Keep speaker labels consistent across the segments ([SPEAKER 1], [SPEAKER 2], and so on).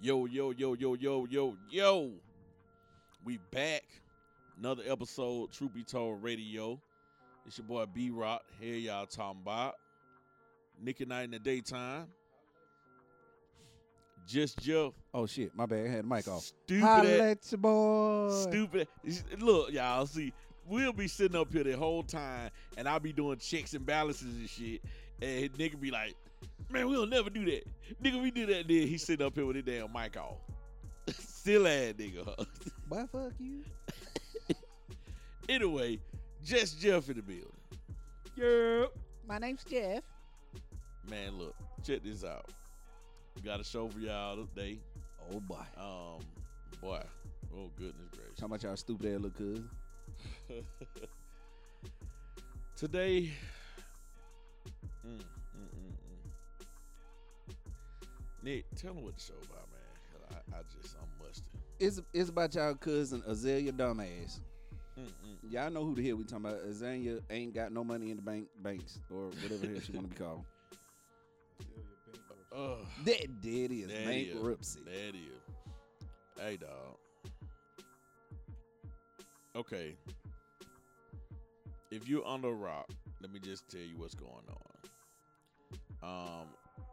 [SPEAKER 1] Yo, yo, yo, yo, yo, yo, yo. We back. Another episode, True Be Told Radio. It's your boy B Rock. Here y'all talking about. Nick and I in the daytime. Just Jeff.
[SPEAKER 2] Oh shit, my bad. I had the mic off.
[SPEAKER 1] Stupid
[SPEAKER 2] Holla
[SPEAKER 1] ass-
[SPEAKER 2] at your boy.
[SPEAKER 1] Stupid. Look, y'all, see, we'll be sitting up here the whole time, and I'll be doing checks and balances and shit. And nigga be like, man, we'll never do that. Nigga, we do that. Then he sitting up here with his damn mic off. Still ass nigga.
[SPEAKER 2] Boy, fuck you.
[SPEAKER 1] anyway, just Jeff in the building.
[SPEAKER 2] Yep.
[SPEAKER 3] My name's Jeff.
[SPEAKER 1] Man, look, check this out. We got a show for y'all today.
[SPEAKER 2] Oh boy. Talking
[SPEAKER 1] Um, boy, oh goodness gracious.
[SPEAKER 2] about y'all stupid ass little cuz.
[SPEAKER 1] Today, mm, mm, mm, mm. Nick, tell them what the show about, man. 'cause I, I just, I'm musty.
[SPEAKER 2] It's it's about y'all cousin Azalea dumbass.
[SPEAKER 1] Mm, mm.
[SPEAKER 2] Y'all know who the hell we talking about. Azalea ain't got no money in the bank banks or whatever the hell she want to be called.
[SPEAKER 1] Ugh,
[SPEAKER 2] That dead is
[SPEAKER 1] That is-
[SPEAKER 2] bankruptcy.
[SPEAKER 1] that is. Hey, dog. Okay. If you're under a rock, let me just tell you what's going on. Um,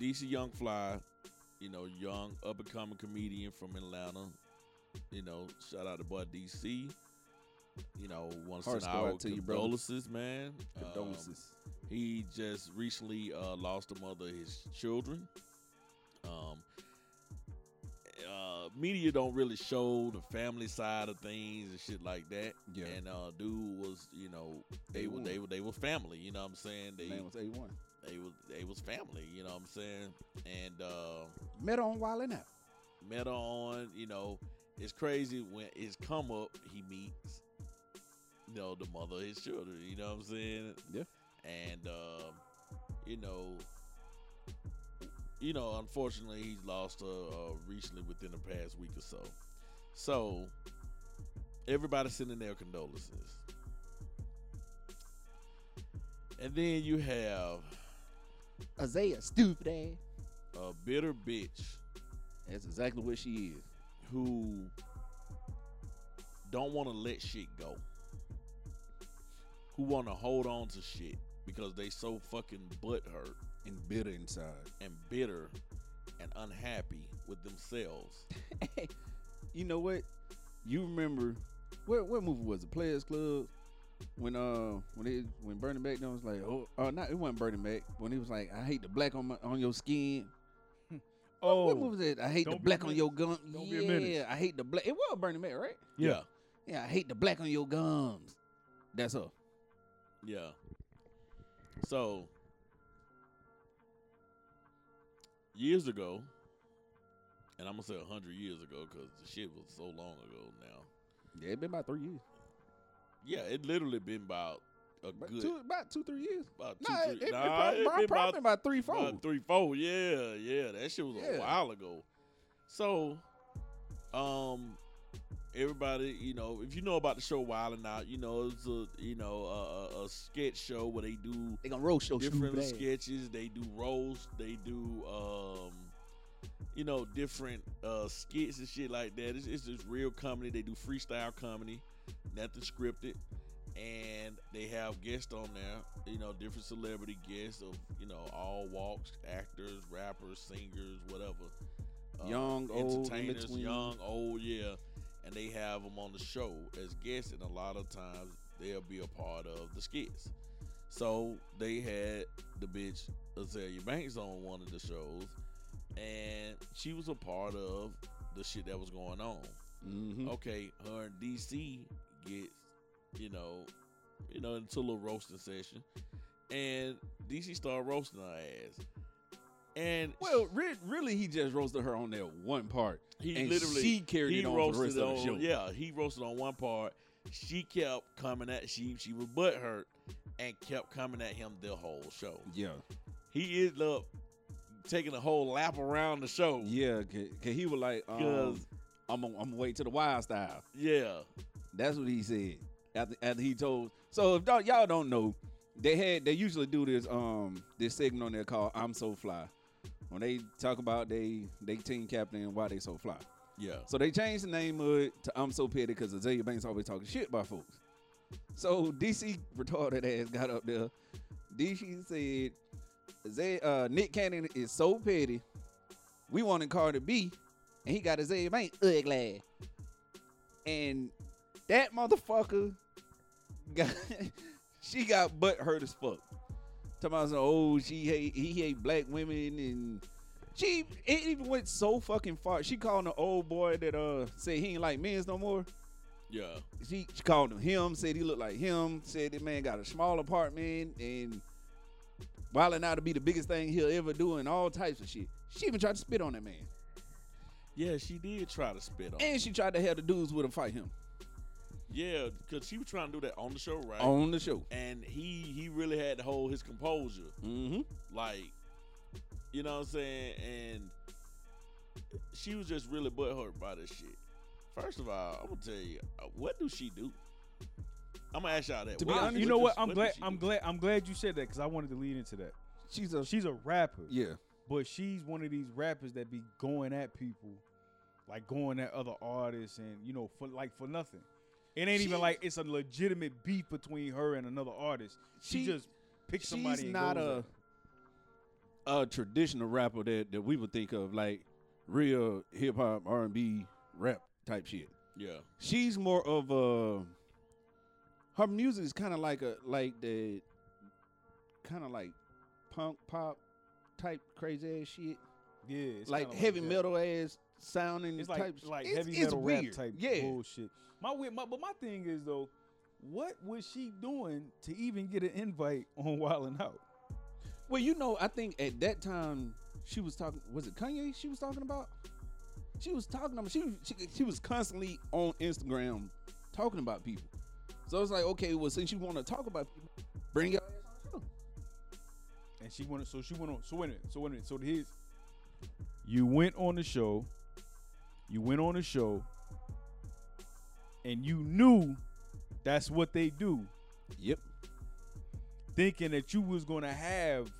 [SPEAKER 1] DC Young Fly, you know, young up and coming comedian from Atlanta. You know, shout out to Bud DC. You know, want to
[SPEAKER 2] Hearts
[SPEAKER 1] send
[SPEAKER 2] go
[SPEAKER 1] our
[SPEAKER 2] out to you, brother.
[SPEAKER 1] condolences, man. Um,
[SPEAKER 2] Condolences.
[SPEAKER 1] he just recently uh, lost the mother of his children. Um, uh, media don't really show the family side of things and shit like that.
[SPEAKER 2] yeah.
[SPEAKER 1] And uh, dude was, you know, they
[SPEAKER 2] They
[SPEAKER 1] were
[SPEAKER 2] were.
[SPEAKER 1] they were they were family. You know what I'm saying? They
[SPEAKER 2] Man was A one.
[SPEAKER 1] they was they was family. You know what I'm saying? And uh,
[SPEAKER 2] Met her on Wild and Out.
[SPEAKER 1] met her on. You know, it's crazy when it's come up. He meets, you know, the mother of his children. You know what I'm saying?
[SPEAKER 2] Yeah.
[SPEAKER 1] And um, you know, you know, unfortunately, he's lost her uh, recently within the past week or so. So everybody sending their condolences. And then you have
[SPEAKER 2] Azalea, stupid ass.
[SPEAKER 1] a bitter bitch
[SPEAKER 2] That's exactly what she is.
[SPEAKER 1] who don't want to let shit go. Who want to hold on to shit because they so fucking butt hurt
[SPEAKER 2] And bitter inside.
[SPEAKER 1] and bitter and unhappy with themselves.
[SPEAKER 2] you know what? You remember what what movie was it? Players Club. When uh when it when Bernie Mac done was like oh uh, not it wasn't Bernie Mac when he was like I hate the black on my on your skin.
[SPEAKER 4] Oh,
[SPEAKER 2] What movie was that? I hate the
[SPEAKER 4] Don't Be a
[SPEAKER 2] black on
[SPEAKER 4] Menace.
[SPEAKER 2] your gum.
[SPEAKER 4] Don't Be a
[SPEAKER 2] yeah,
[SPEAKER 4] Menace.
[SPEAKER 2] I hate the black. It was Bernie Mac, right?
[SPEAKER 4] Yeah.
[SPEAKER 2] Yeah, I hate the black on your gums. That's her.
[SPEAKER 1] yeah. yeah. So years ago, and I'm gonna say hundred years ago because the shit was so long ago now.
[SPEAKER 2] Yeah, it been about three years.
[SPEAKER 1] Yeah, it literally been about a
[SPEAKER 2] About
[SPEAKER 1] good
[SPEAKER 2] two, about two three years.
[SPEAKER 1] about two,
[SPEAKER 2] No,
[SPEAKER 1] three,
[SPEAKER 2] it, it,
[SPEAKER 1] nah,
[SPEAKER 2] probably,
[SPEAKER 1] it been about
[SPEAKER 2] probably about three four.
[SPEAKER 1] About three, four. Yeah, yeah. That shit was a
[SPEAKER 2] Yeah.
[SPEAKER 1] while ago. So, um, everybody, you know, if you know about the show Wild and Out, you know it's a you know a, a, a sketch show where they do
[SPEAKER 2] they gonna roll show
[SPEAKER 1] different
[SPEAKER 2] stupid ass.
[SPEAKER 1] sketches. They do roles. They do um, you know, different uh skits and shit like that. It's, it's just real comedy. They do freestyle comedy, nothing scripted, and they have guests on there. You know, different celebrity guests of you know all walks, actors, rappers, singers, whatever. Uh,
[SPEAKER 2] Young, old, in
[SPEAKER 1] entertainers,
[SPEAKER 2] between.
[SPEAKER 1] young, old, yeah. And they have them on the show as guests, and a lot of times they'll be a part of the skits. So they had the bitch Azalea Banks on one of the shows, and she was a part of the shit that was going on.
[SPEAKER 2] Mhm.
[SPEAKER 1] Okay, her and DC gets, you know, you know, into a little roasting session, and DC started roasting her ass, and
[SPEAKER 2] Well, re- really, he just roasted her on that one part.
[SPEAKER 1] he
[SPEAKER 2] and
[SPEAKER 1] literally
[SPEAKER 2] she carried
[SPEAKER 1] he
[SPEAKER 2] it on for the
[SPEAKER 1] roasted
[SPEAKER 2] rest of the
[SPEAKER 1] on-
[SPEAKER 2] show.
[SPEAKER 1] Yeah, he roasted on one part. She kept coming at she she was butthurt and kept coming at him the whole show.
[SPEAKER 2] yeah,
[SPEAKER 1] He ended up taking a whole lap around the show.
[SPEAKER 2] yeah. Cause, 'cause he was like, um,
[SPEAKER 1] Because-
[SPEAKER 2] "I'm gonna I'm gonna wait till the wild style."
[SPEAKER 1] Yeah.
[SPEAKER 2] That's what he said after after he told. So if y'all, y'all don't know, they had they usually do this um this segment on there called "I'm So Fly," when they talk about they they team captain and why they so fly.
[SPEAKER 1] Yeah.
[SPEAKER 2] So they changed the name of it to I'm so petty because Azalea Banks always talking shit about folks. So DC retarded ass got up there. DC said, "Zay- uh, Nick Cannon is so petty. We wanted Carter B, and he got Azalea Banks ugly. And that motherfucker got she got butt hurt as fuck. Talking about some, oh she hate he hate black women and she it even went so fucking far. She called the old boy that uh said he ain't like men's no more.
[SPEAKER 1] Yeah.
[SPEAKER 2] She, she called him him, said he looked like him, said that man got a small apartment and wilding out to be the biggest thing he'll ever do and all types of shit. She even tried to spit on that man.
[SPEAKER 1] Yeah, she did try to spit on. him.
[SPEAKER 2] And she tried to have the dudes with him fight him
[SPEAKER 1] Yeah, because she was trying to do that on the show, right?
[SPEAKER 2] on the show.
[SPEAKER 1] And he he really had to hold his composure.
[SPEAKER 2] Mm-hmm.
[SPEAKER 1] like you know what I'm saying, and she was just really butthurt by this shit. First of all, I'm gonna tell you, uh, what do she do? I'm gonna ask y'all that.
[SPEAKER 2] To be
[SPEAKER 1] What
[SPEAKER 2] honest-
[SPEAKER 1] does-
[SPEAKER 3] you know what?
[SPEAKER 1] does-
[SPEAKER 3] I'm
[SPEAKER 1] does
[SPEAKER 3] glad.
[SPEAKER 1] she
[SPEAKER 3] I'm
[SPEAKER 1] do?
[SPEAKER 3] glad. I'm glad you said that because I wanted to lead into that.
[SPEAKER 2] She's a
[SPEAKER 3] She's a rapper,
[SPEAKER 2] yeah.
[SPEAKER 3] but she's one of these rappers that be going at people, like going at other artists, and you know, for like for nothing. It ain't
[SPEAKER 2] She-
[SPEAKER 3] even like it's a legitimate beef between her and another artist. She,
[SPEAKER 2] She-
[SPEAKER 3] just picks somebody.
[SPEAKER 2] She's
[SPEAKER 3] and
[SPEAKER 2] not
[SPEAKER 3] goes at
[SPEAKER 2] a
[SPEAKER 3] her.
[SPEAKER 2] a traditional rapper that that we would think of like real hip hop R and B rap type shit.
[SPEAKER 1] Yeah,
[SPEAKER 2] She's more of a her music is kind of like a like the kind of like punk pop type crazy ass shit,
[SPEAKER 3] yeah, it's
[SPEAKER 2] like
[SPEAKER 3] kinda
[SPEAKER 2] heavy
[SPEAKER 3] that.
[SPEAKER 2] metal ass sounding
[SPEAKER 3] It's like
[SPEAKER 2] type.
[SPEAKER 3] like
[SPEAKER 2] it's,
[SPEAKER 3] heavy
[SPEAKER 2] it's
[SPEAKER 3] metal
[SPEAKER 2] weird.
[SPEAKER 3] rap type
[SPEAKER 2] Yeah,
[SPEAKER 3] bullshit. My, we- my but my thing is though, what was she doing to even get an invite on Wild and Out?
[SPEAKER 2] Well, you know, I think at that time she was talking. Was it Kanye? She was talking about. She was talking. about. she was- she she was constantly on Instagram talking about people. So it's like, okay, well, since you want to talk about people, bring your ass on
[SPEAKER 3] And she went. So she went on. So wait a minute. So wait a minute. So here's. You went on the show. You went on the show. And you knew that's what they do,
[SPEAKER 2] the show. Yep.
[SPEAKER 3] thinking that you was gonna have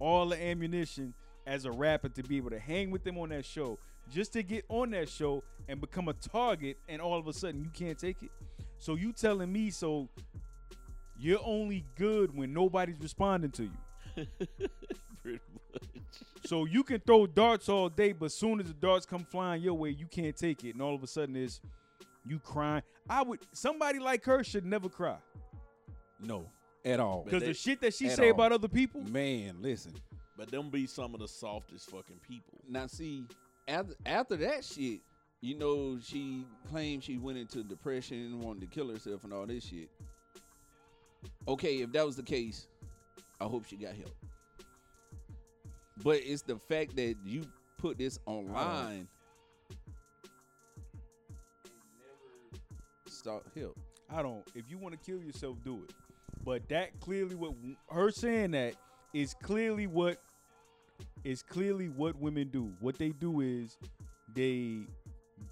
[SPEAKER 3] all the ammunition as a rapper to be able to hang with them on that show, just to get on that show and become a target, and all of a sudden you can't take it. So you telling me so you're only good when nobody's responding to you.
[SPEAKER 1] pretty much.
[SPEAKER 3] So you can throw darts all day, but soon as the darts come flying your way, you can't take it, and all of a sudden it's you crying. I would somebody like her should never cry
[SPEAKER 2] No, at all.
[SPEAKER 3] because
[SPEAKER 1] they-
[SPEAKER 3] the shit that she
[SPEAKER 2] at
[SPEAKER 3] say
[SPEAKER 2] all.
[SPEAKER 3] about other people.
[SPEAKER 2] Man, listen.
[SPEAKER 1] But them be some of the softest fucking people.
[SPEAKER 2] Now see, after after that shit, you know, she claimed she went into depression, wanted to kill herself, and all this shit. Okay, if that was the case, I hope she got help. But it's the fact that you put this online. Uh, Start help.
[SPEAKER 3] I don't. If you want to kill yourself, do it. But that clearly what her saying that is clearly what is clearly what women do. What they do is they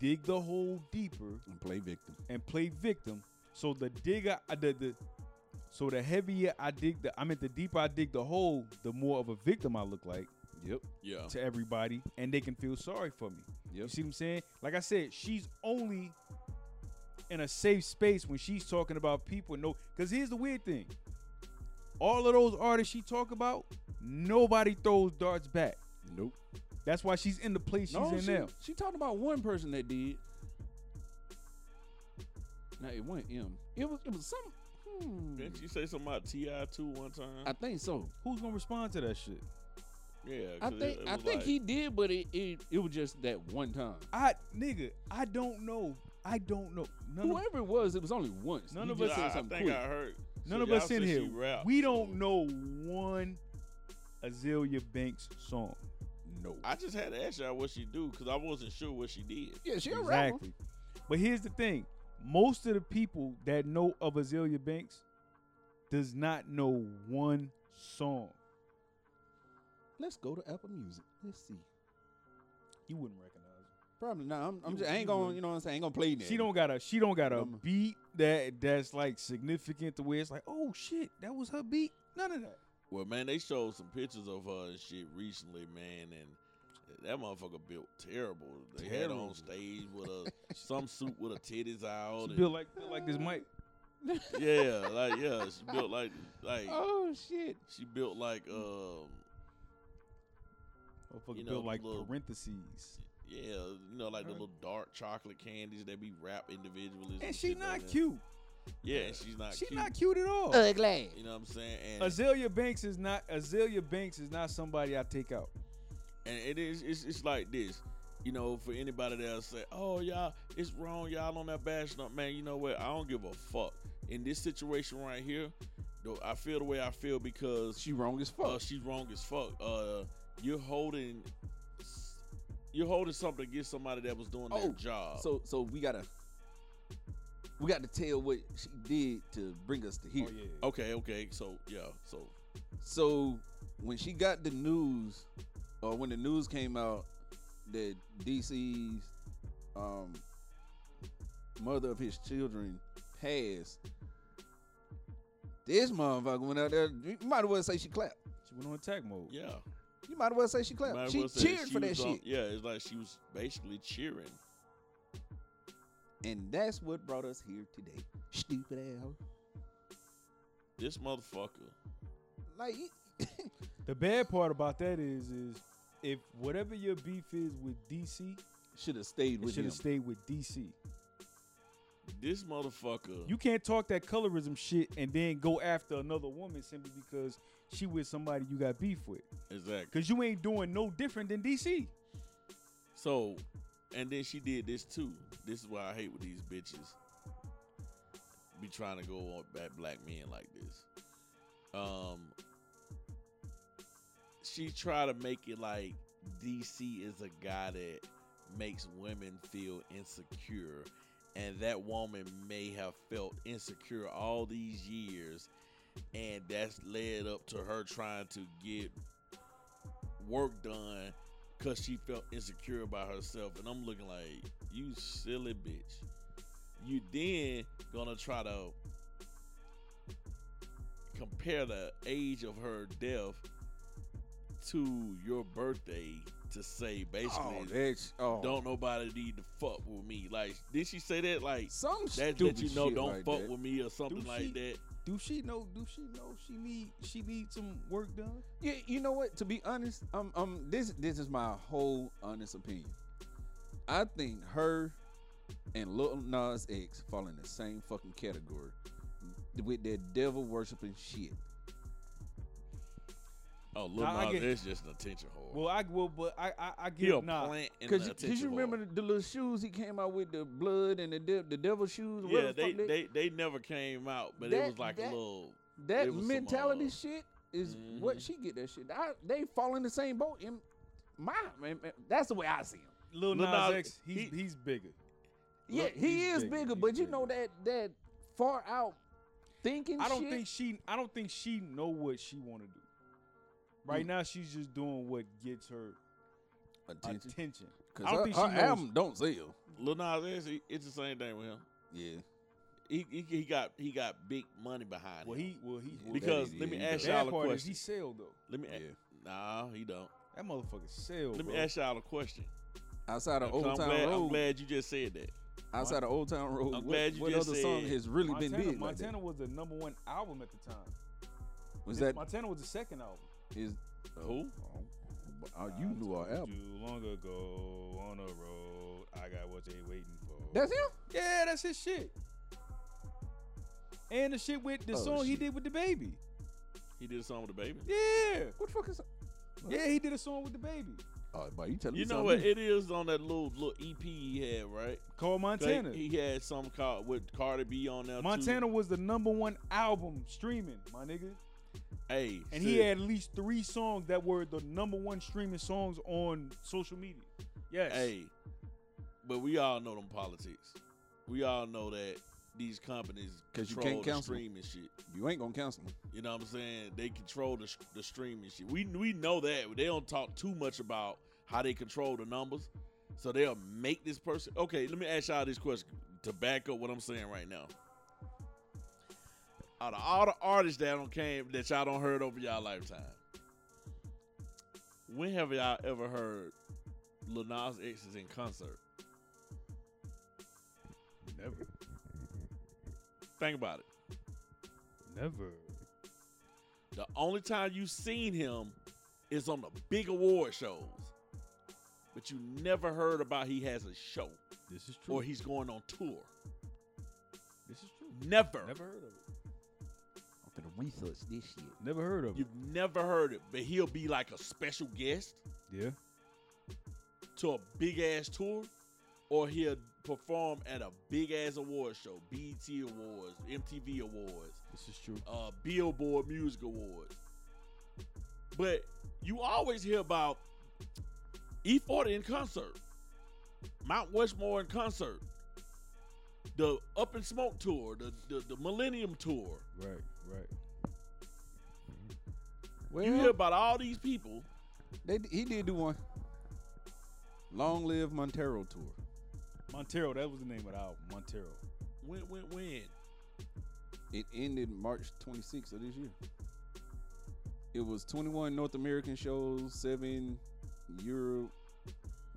[SPEAKER 3] dig the hole deeper
[SPEAKER 2] and play victim.
[SPEAKER 3] and play victim. So the digger, uh, the the, so the heavier I dig the, I mean the deeper I dig the hole, the more of a victim I look like
[SPEAKER 2] Yep.
[SPEAKER 1] Yeah,
[SPEAKER 3] to everybody, and they can feel sorry for me. You
[SPEAKER 2] Yep.
[SPEAKER 3] see what I'm saying? Like I said, she's only in a safe space when she's talking about people. No, because here's the weird thing: all of those artists she talk about, nobody throws darts back.
[SPEAKER 2] Nope.
[SPEAKER 3] That's why she's in the place she's
[SPEAKER 2] no,
[SPEAKER 3] in
[SPEAKER 2] she,
[SPEAKER 3] now.
[SPEAKER 2] she talked about one person that did. Now it wasn't him. It was it was some. Hmm,
[SPEAKER 1] didn't you say something about Ti too one time?
[SPEAKER 2] I think so.
[SPEAKER 3] Who's gonna respond to that shit?
[SPEAKER 1] yeah,
[SPEAKER 2] I
[SPEAKER 1] 'cause it-
[SPEAKER 2] think
[SPEAKER 1] it
[SPEAKER 2] I
[SPEAKER 1] was
[SPEAKER 2] think
[SPEAKER 1] like-
[SPEAKER 2] he did, but it, it it was just that one time.
[SPEAKER 3] I nigga, I don't know. I don't know. None of,
[SPEAKER 2] Whoever it was, it was only once.
[SPEAKER 3] None
[SPEAKER 2] You
[SPEAKER 3] of
[SPEAKER 2] just
[SPEAKER 3] us-
[SPEAKER 2] said
[SPEAKER 1] I, I think
[SPEAKER 2] something
[SPEAKER 1] I
[SPEAKER 2] quick.
[SPEAKER 1] heard.
[SPEAKER 3] none
[SPEAKER 1] so
[SPEAKER 3] of
[SPEAKER 1] y'all
[SPEAKER 3] us in
[SPEAKER 1] said she
[SPEAKER 3] here.
[SPEAKER 1] rap,
[SPEAKER 3] we
[SPEAKER 1] so-
[SPEAKER 3] don't know one Azalea Banks song.
[SPEAKER 2] no.
[SPEAKER 1] I just had to ask y'all what she do because I wasn't sure what she did.
[SPEAKER 2] yeah, she a rapper.
[SPEAKER 3] exactly. But here's the thing: most of the people that know of Azalea Banks does not know one song.
[SPEAKER 2] Let's go to Apple Music. Let's see.
[SPEAKER 3] You wouldn't recognize. her.
[SPEAKER 2] Probably not. I'm, I'm
[SPEAKER 3] You-
[SPEAKER 2] just, I
[SPEAKER 3] you
[SPEAKER 2] ain't gonna.
[SPEAKER 3] would.
[SPEAKER 2] You know what I'm saying? I ain't gonna play that.
[SPEAKER 3] She don't got a she don't got a
[SPEAKER 2] I'ma-
[SPEAKER 3] beat that that's like significant to where it's like oh shit that was her beat. None of that.
[SPEAKER 1] Well, man, they showed some pictures of her and shit recently, man, and that motherfucker built terrible. They had her
[SPEAKER 3] Terrible.
[SPEAKER 1] on stage with a some suit with her titties out.
[SPEAKER 3] She
[SPEAKER 1] and-
[SPEAKER 3] built like built like this mic.
[SPEAKER 1] yeah, like yeah, she built like like
[SPEAKER 2] Oh shit!
[SPEAKER 1] she built like um
[SPEAKER 3] Motherfucker
[SPEAKER 1] You know,
[SPEAKER 3] built like
[SPEAKER 1] little-
[SPEAKER 3] parentheses.
[SPEAKER 1] yeah, you know like the
[SPEAKER 3] Her-
[SPEAKER 1] little dark chocolate candies that be wrapped individually.
[SPEAKER 3] And she
[SPEAKER 1] shit like
[SPEAKER 3] not
[SPEAKER 1] that.
[SPEAKER 3] cute.
[SPEAKER 1] Yeah, and she's not
[SPEAKER 3] She
[SPEAKER 1] cute.
[SPEAKER 3] not cute at all.
[SPEAKER 2] Uh, Ugly.
[SPEAKER 1] You know what I'm saying? And,
[SPEAKER 3] Azalea Banks is not Azalea Banks is not somebody I take out.
[SPEAKER 1] and it is it's, it's like this. You know, for anybody that'll say, "Oh, y'all, it's wrong, y'all on that bashing up, man." You know what? I don't give a fuck. In this situation right here, though, I feel the way I feel because
[SPEAKER 2] She wrong as
[SPEAKER 1] uh,
[SPEAKER 2] fuck.
[SPEAKER 1] she's wrong as fuck. Uh, you're holding, you're holding something against somebody that was doing
[SPEAKER 2] Oh,
[SPEAKER 1] their job.
[SPEAKER 2] so so we gotta we got to tell what she did to bring us to here.
[SPEAKER 3] Oh yeah.
[SPEAKER 1] okay, okay, so yeah, so
[SPEAKER 2] So when she got the news, or when the news came out that DC's um, mother of his children passed, this motherfucker went out there. You might as well say she clapped.
[SPEAKER 3] She went on attack mode.
[SPEAKER 1] yeah,
[SPEAKER 2] You might as well say she clapped.
[SPEAKER 1] Might as
[SPEAKER 2] she
[SPEAKER 1] well say
[SPEAKER 2] cheered for that
[SPEAKER 1] was on-
[SPEAKER 2] shit,
[SPEAKER 1] Yeah, it's like she was basically cheering.
[SPEAKER 2] and that's what brought us here today. Stupid ass.
[SPEAKER 1] This motherfucker.
[SPEAKER 2] Like you-
[SPEAKER 3] The bad part about that is is if whatever your beef is with DC,
[SPEAKER 2] should have stayed
[SPEAKER 3] it
[SPEAKER 2] with him.
[SPEAKER 3] should have stayed with DC.
[SPEAKER 1] This motherfucker.
[SPEAKER 3] You can't talk that colorism shit and then go after another woman simply because she with somebody you got beef with.
[SPEAKER 1] exactly.
[SPEAKER 3] Cause you ain't doing no different than DC.
[SPEAKER 1] So, and then she did this too. This is why I hate with these bitches. Be trying to go on at black men like this. Um, she try to make it like DC is a guy that makes women feel insecure, and that woman may have felt insecure all these years, and that's led up to her trying to get work done because she felt insecure about herself. And I'm looking like, you silly bitch. You then gonna try to compare the age of her death to your birthday to say basically
[SPEAKER 2] Oh, that's oh.
[SPEAKER 1] don't nobody need to fuck with me. Like, did she say that? Like,
[SPEAKER 2] some
[SPEAKER 1] that,
[SPEAKER 2] stupid
[SPEAKER 1] that you know
[SPEAKER 2] shit
[SPEAKER 1] don't
[SPEAKER 2] like
[SPEAKER 1] fuck
[SPEAKER 2] that.
[SPEAKER 1] with me or something
[SPEAKER 3] Do
[SPEAKER 1] like
[SPEAKER 3] she-
[SPEAKER 1] that.
[SPEAKER 3] Do she know do she know she need she need some work done?
[SPEAKER 2] Yeah, you know what? To be honest, um, um, this this is my whole honest opinion. I think her and Lil Nas X fall in the same fucking category with their devil worshiping shit.
[SPEAKER 1] Oh, Lil
[SPEAKER 3] Nah, I
[SPEAKER 1] Nas,
[SPEAKER 3] get-
[SPEAKER 1] that's just an attention whore.
[SPEAKER 3] Well, I will, but I I, I
[SPEAKER 1] he a
[SPEAKER 3] get nah.
[SPEAKER 1] plant and
[SPEAKER 2] Cause,
[SPEAKER 1] an
[SPEAKER 2] you-
[SPEAKER 1] attention
[SPEAKER 2] cause you
[SPEAKER 1] whore.
[SPEAKER 2] remember the, the little shoes he came out with, the blood and the de- the devil shoes. or
[SPEAKER 1] yeah,
[SPEAKER 2] whatever the
[SPEAKER 1] they,
[SPEAKER 2] fuck
[SPEAKER 1] they they never came out, but it
[SPEAKER 2] That-
[SPEAKER 1] was like
[SPEAKER 2] that-
[SPEAKER 1] a little.
[SPEAKER 2] that
[SPEAKER 1] it was some,
[SPEAKER 2] mentality
[SPEAKER 1] uh,
[SPEAKER 2] shit is
[SPEAKER 1] mhm.
[SPEAKER 2] what she get that shit. I, they fall in the same boat. And my man, man, that's the way I see him.
[SPEAKER 3] Lil
[SPEAKER 1] Lil
[SPEAKER 3] Nas
[SPEAKER 1] Nas-
[SPEAKER 3] X, he's
[SPEAKER 1] he-
[SPEAKER 3] he's bigger.
[SPEAKER 2] Yeah,
[SPEAKER 3] Look,
[SPEAKER 2] he
[SPEAKER 3] he's
[SPEAKER 2] is
[SPEAKER 3] bigger,
[SPEAKER 2] bigger,
[SPEAKER 3] he's
[SPEAKER 2] but you know
[SPEAKER 3] bigger.
[SPEAKER 2] that that far out thinking.
[SPEAKER 3] I don't
[SPEAKER 2] shit,
[SPEAKER 3] think she I don't think she know what she want to do. Right
[SPEAKER 2] Mm.
[SPEAKER 3] now she's just doing what gets her attention. I don't think she knows.
[SPEAKER 2] don't sell.
[SPEAKER 1] Lil Nas X, he- it's the same thing with him.
[SPEAKER 2] Yeah,
[SPEAKER 1] He, he he got he got big money behind
[SPEAKER 3] Well,
[SPEAKER 1] him.
[SPEAKER 3] he well he well,
[SPEAKER 1] because
[SPEAKER 2] that is-
[SPEAKER 1] let me
[SPEAKER 2] yeah, he
[SPEAKER 1] ask
[SPEAKER 2] does.
[SPEAKER 3] the bad
[SPEAKER 1] y'all a
[SPEAKER 3] part is
[SPEAKER 1] question.
[SPEAKER 3] he sell though.
[SPEAKER 1] Let me a-
[SPEAKER 2] Yeah.
[SPEAKER 1] nah, he don't.
[SPEAKER 3] That motherfucker sell.
[SPEAKER 1] Let me
[SPEAKER 3] bro.
[SPEAKER 1] ask y'all a question.
[SPEAKER 2] outside of
[SPEAKER 1] 'Cause
[SPEAKER 2] Old
[SPEAKER 1] I'm
[SPEAKER 2] Town
[SPEAKER 1] glad, I'm
[SPEAKER 2] Road,
[SPEAKER 1] glad you just said that.
[SPEAKER 2] outside of Old Town Road,
[SPEAKER 1] I'm
[SPEAKER 2] what,
[SPEAKER 1] glad you
[SPEAKER 2] what
[SPEAKER 1] just
[SPEAKER 2] other song
[SPEAKER 1] said
[SPEAKER 2] has really
[SPEAKER 3] Montana,
[SPEAKER 2] been big?
[SPEAKER 3] Montana
[SPEAKER 2] like
[SPEAKER 3] was the number one album at the time.
[SPEAKER 2] that? was that
[SPEAKER 3] Montana was the second album.
[SPEAKER 2] is?
[SPEAKER 1] Who?
[SPEAKER 2] Oh, oh, you
[SPEAKER 3] I
[SPEAKER 2] knew our
[SPEAKER 3] told
[SPEAKER 2] album.
[SPEAKER 3] You long ago on the road, I got what they waiting for.
[SPEAKER 2] That's him.
[SPEAKER 3] yeah, that's his shit. And the shit with the
[SPEAKER 2] Oh,
[SPEAKER 3] song he
[SPEAKER 2] shit.
[SPEAKER 3] did with the baby.
[SPEAKER 1] He did a song with the baby.
[SPEAKER 3] Yeah,
[SPEAKER 2] What the fuck is?
[SPEAKER 3] yeah, he did a song with the baby.
[SPEAKER 2] Oh, boy, you telling me
[SPEAKER 1] You know what?
[SPEAKER 2] something?
[SPEAKER 1] It is on that little little EP he had, right?
[SPEAKER 3] Called
[SPEAKER 1] 'Cause
[SPEAKER 3] Montana.
[SPEAKER 1] He, he had some called with Cardi B on there. too.
[SPEAKER 3] Montana was the number one album streaming, my nigga.
[SPEAKER 1] Hey, shit.
[SPEAKER 3] And he had at least three songs that were the number one streaming songs on social media. Yes.
[SPEAKER 1] Hey, but we all know them politics. We all know that these companies
[SPEAKER 2] 'Cause you
[SPEAKER 1] control
[SPEAKER 2] can't
[SPEAKER 1] the
[SPEAKER 2] cancel 'em.
[SPEAKER 1] stream and shit.
[SPEAKER 2] you ain't gonna cancel him.
[SPEAKER 1] You know what I'm saying? They control the, the stream and shit. We we know that. They don't talk too much about how they control the numbers. So they'll make this person. Okay, let me ask y'all this question to back up what I'm saying right now. out of all the artists that don't came that y'all don't heard over y'all lifetime, when have y'all ever heard Lil Nas X is in concert?
[SPEAKER 3] Never.
[SPEAKER 1] Think about it.
[SPEAKER 3] Never.
[SPEAKER 1] The only time you've seen him is on the big award shows. But you never heard about he has a show
[SPEAKER 3] This is true.
[SPEAKER 1] or he's going on tour.
[SPEAKER 3] this is true.
[SPEAKER 1] Never.
[SPEAKER 3] Never heard of it.
[SPEAKER 2] I'm gonna research this shit.
[SPEAKER 3] Never heard of it.
[SPEAKER 1] You've never heard it, but he'll be like a special guest
[SPEAKER 3] Yeah.
[SPEAKER 1] to a big ass tour or he'll perform at a big ass award show, BET Awards, MTV Awards,
[SPEAKER 3] This is true.
[SPEAKER 1] uh, Billboard Music Awards. But you always hear about E40 in concert, Mount Westmore in concert, the Up in Smoke tour, the the, the Millennium tour.
[SPEAKER 3] Right. Right.
[SPEAKER 2] Well,
[SPEAKER 1] You hear about all these people.
[SPEAKER 2] they, he did do one. Long live Montero tour.
[SPEAKER 3] Montero. That was the name of the album. Montero.
[SPEAKER 1] When when when?
[SPEAKER 2] It ended March 26th of this year. It was 21 North American shows, seven Europe,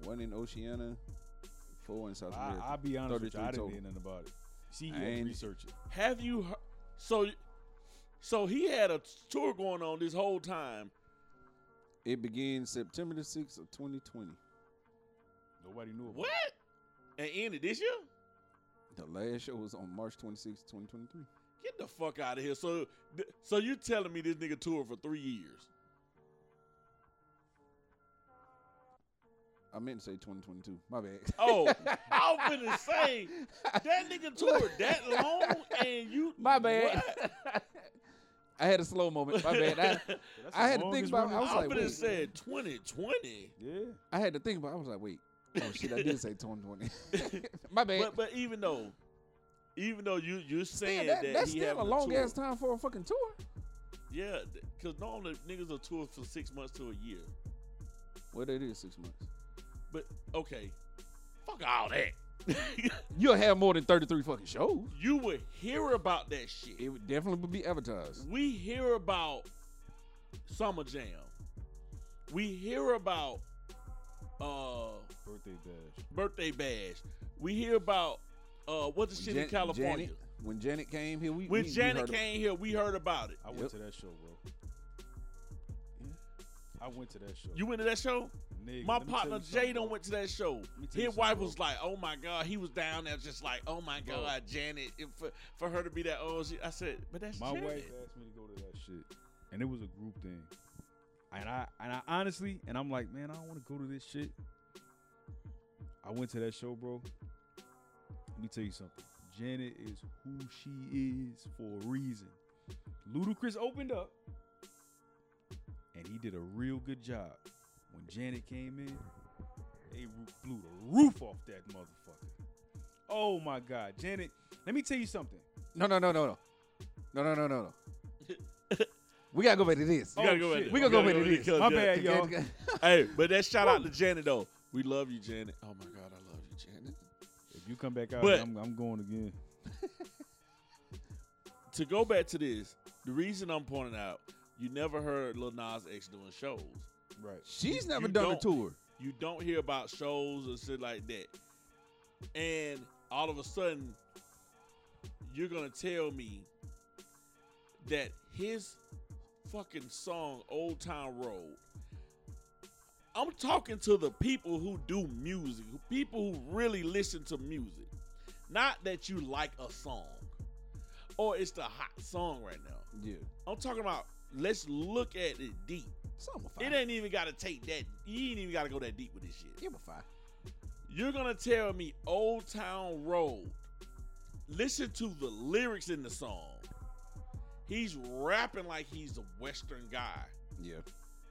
[SPEAKER 2] one in Oceania, four in South
[SPEAKER 3] I,
[SPEAKER 2] America.
[SPEAKER 3] I'll be honest with you.
[SPEAKER 2] 33
[SPEAKER 3] I didn't
[SPEAKER 2] total.
[SPEAKER 3] hear nothing about it. See, you
[SPEAKER 2] I
[SPEAKER 3] had to
[SPEAKER 2] ain't-
[SPEAKER 3] research it.
[SPEAKER 1] Have you heard? So so he had a tour going on this whole time.
[SPEAKER 2] It began September the 6th of 2020.
[SPEAKER 3] Nobody knew about
[SPEAKER 1] What? And ended this year?
[SPEAKER 2] The last show was on March 26th, 2023.
[SPEAKER 1] Get the fuck out of here. So th- so you telling me this nigga toured for three years?
[SPEAKER 2] I meant to say 2022. My bad.
[SPEAKER 1] Oh, I was gonna say that nigga toured that long, and you
[SPEAKER 2] My bad.
[SPEAKER 1] What?
[SPEAKER 2] I had a slow moment. My bad. I,
[SPEAKER 3] it. That's
[SPEAKER 2] I
[SPEAKER 3] the
[SPEAKER 2] had to think
[SPEAKER 3] longest
[SPEAKER 2] about-
[SPEAKER 3] running-
[SPEAKER 2] I
[SPEAKER 1] I
[SPEAKER 2] was
[SPEAKER 1] was
[SPEAKER 2] like,
[SPEAKER 1] gonna
[SPEAKER 2] wait.
[SPEAKER 1] say twenty twenty,
[SPEAKER 3] yeah.
[SPEAKER 2] I had to think about. it. I was like, wait. Oh shit! I did say 2020. My bad.
[SPEAKER 1] but but even though, even though you you're saying
[SPEAKER 2] Damn, that-
[SPEAKER 1] that
[SPEAKER 2] that's
[SPEAKER 1] he
[SPEAKER 2] still a
[SPEAKER 1] having
[SPEAKER 2] long
[SPEAKER 1] tour,
[SPEAKER 2] ass time for a fucking tour.
[SPEAKER 1] Yeah, because normally niggas will tour for six months to a year.
[SPEAKER 2] Well, that is six months.
[SPEAKER 1] But okay, fuck all that.
[SPEAKER 2] You'll have more than 33 fucking shows.
[SPEAKER 1] you would hear about that shit.
[SPEAKER 2] It would definitely be advertised.
[SPEAKER 1] we hear about Summer Jam. We hear about uh
[SPEAKER 3] Birthday bash.
[SPEAKER 1] Birthday Bash. We hear about uh what the shit in
[SPEAKER 2] Jan-
[SPEAKER 1] California.
[SPEAKER 2] Janet- when Janet came here, we
[SPEAKER 1] when
[SPEAKER 2] we,
[SPEAKER 1] Janet
[SPEAKER 2] we heard
[SPEAKER 1] came here, we heard about it.
[SPEAKER 3] I went
[SPEAKER 2] Yep.
[SPEAKER 3] to that show, bro. I went to that show.
[SPEAKER 1] You went to that show?
[SPEAKER 3] Nigga,
[SPEAKER 1] My
[SPEAKER 3] let me tell
[SPEAKER 1] partner
[SPEAKER 3] you something,
[SPEAKER 1] Jay done
[SPEAKER 3] bro.
[SPEAKER 1] went to that show.
[SPEAKER 3] Let me tell you
[SPEAKER 1] His
[SPEAKER 3] something,
[SPEAKER 1] wife
[SPEAKER 3] bro.
[SPEAKER 1] was like, "Oh my god," he was down there just like, "Oh my
[SPEAKER 3] Bro.
[SPEAKER 1] god, Janet." If, for, for her to be that old, she, I said, "But that's
[SPEAKER 3] My
[SPEAKER 1] Janet."
[SPEAKER 3] wife asked me to go to that shit, and it was a group thing. And I and I honestly, and I'm like, man, I don't want to go to this shit. I went to that show, bro. Let me tell you something. Janet is who she is for a reason. Ludacris opened up, and he did a real good job. When Janet came in, they ru- blew the roof off that motherfucker. Oh my God, Janet! Let me tell you something.
[SPEAKER 2] No, no, no, no, no, no, no, no, no, no. we gotta go back to this.
[SPEAKER 1] You gotta
[SPEAKER 3] Oh,
[SPEAKER 1] go
[SPEAKER 3] shit.
[SPEAKER 1] back.
[SPEAKER 2] We gonna go back to this.
[SPEAKER 3] My bad, yo.
[SPEAKER 1] Hey, but that shout out to Janet though. We love you, Janet. Oh my God, I love you, Janet.
[SPEAKER 3] If you come back out,
[SPEAKER 1] But-
[SPEAKER 3] I'm, I'm going again.
[SPEAKER 1] To go back to this, the reason I'm pointing out, you never heard Lil Nas X doing shows.
[SPEAKER 3] Right.
[SPEAKER 2] She's never
[SPEAKER 1] you
[SPEAKER 2] done a
[SPEAKER 1] don't-
[SPEAKER 2] tour.
[SPEAKER 1] You don't hear about shows and shit like that. And all of a sudden, you're gonna tell me that his fucking song "Old Town Road." I'm talking to the people who do music, who- people who really listen to music. Not that you like a song or it's the hot song right now.
[SPEAKER 2] Yeah,
[SPEAKER 1] I'm talking about let's look at it deep.
[SPEAKER 2] something with
[SPEAKER 1] It
[SPEAKER 2] fire.
[SPEAKER 1] ain't even got to take that. You ain't even got to go that deep with this shit.
[SPEAKER 2] It was fire.
[SPEAKER 1] You're gonna tell me Old Town Road. Listen to the lyrics in the song. He's rapping like he's a Western guy.
[SPEAKER 2] Yeah,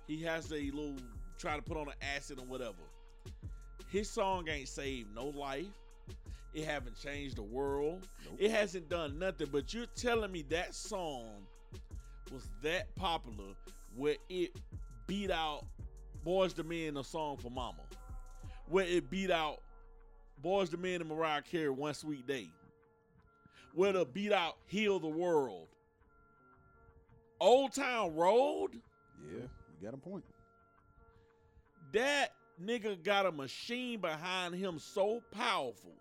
[SPEAKER 1] He has a little try to put on an acid or whatever. His song ain't saved no life. It haven't changed the world.
[SPEAKER 2] Nope.
[SPEAKER 1] It hasn't done nothing. But you're telling me that song was that popular where it beat out Boys the Men a song for Mama. Where it beat out Boys the Men and Mariah Carey One Sweet Day. Where it beat out Heal the World. Old Town Road.
[SPEAKER 2] Yeah, you got a point.
[SPEAKER 1] That nigga got a machine behind him so powerful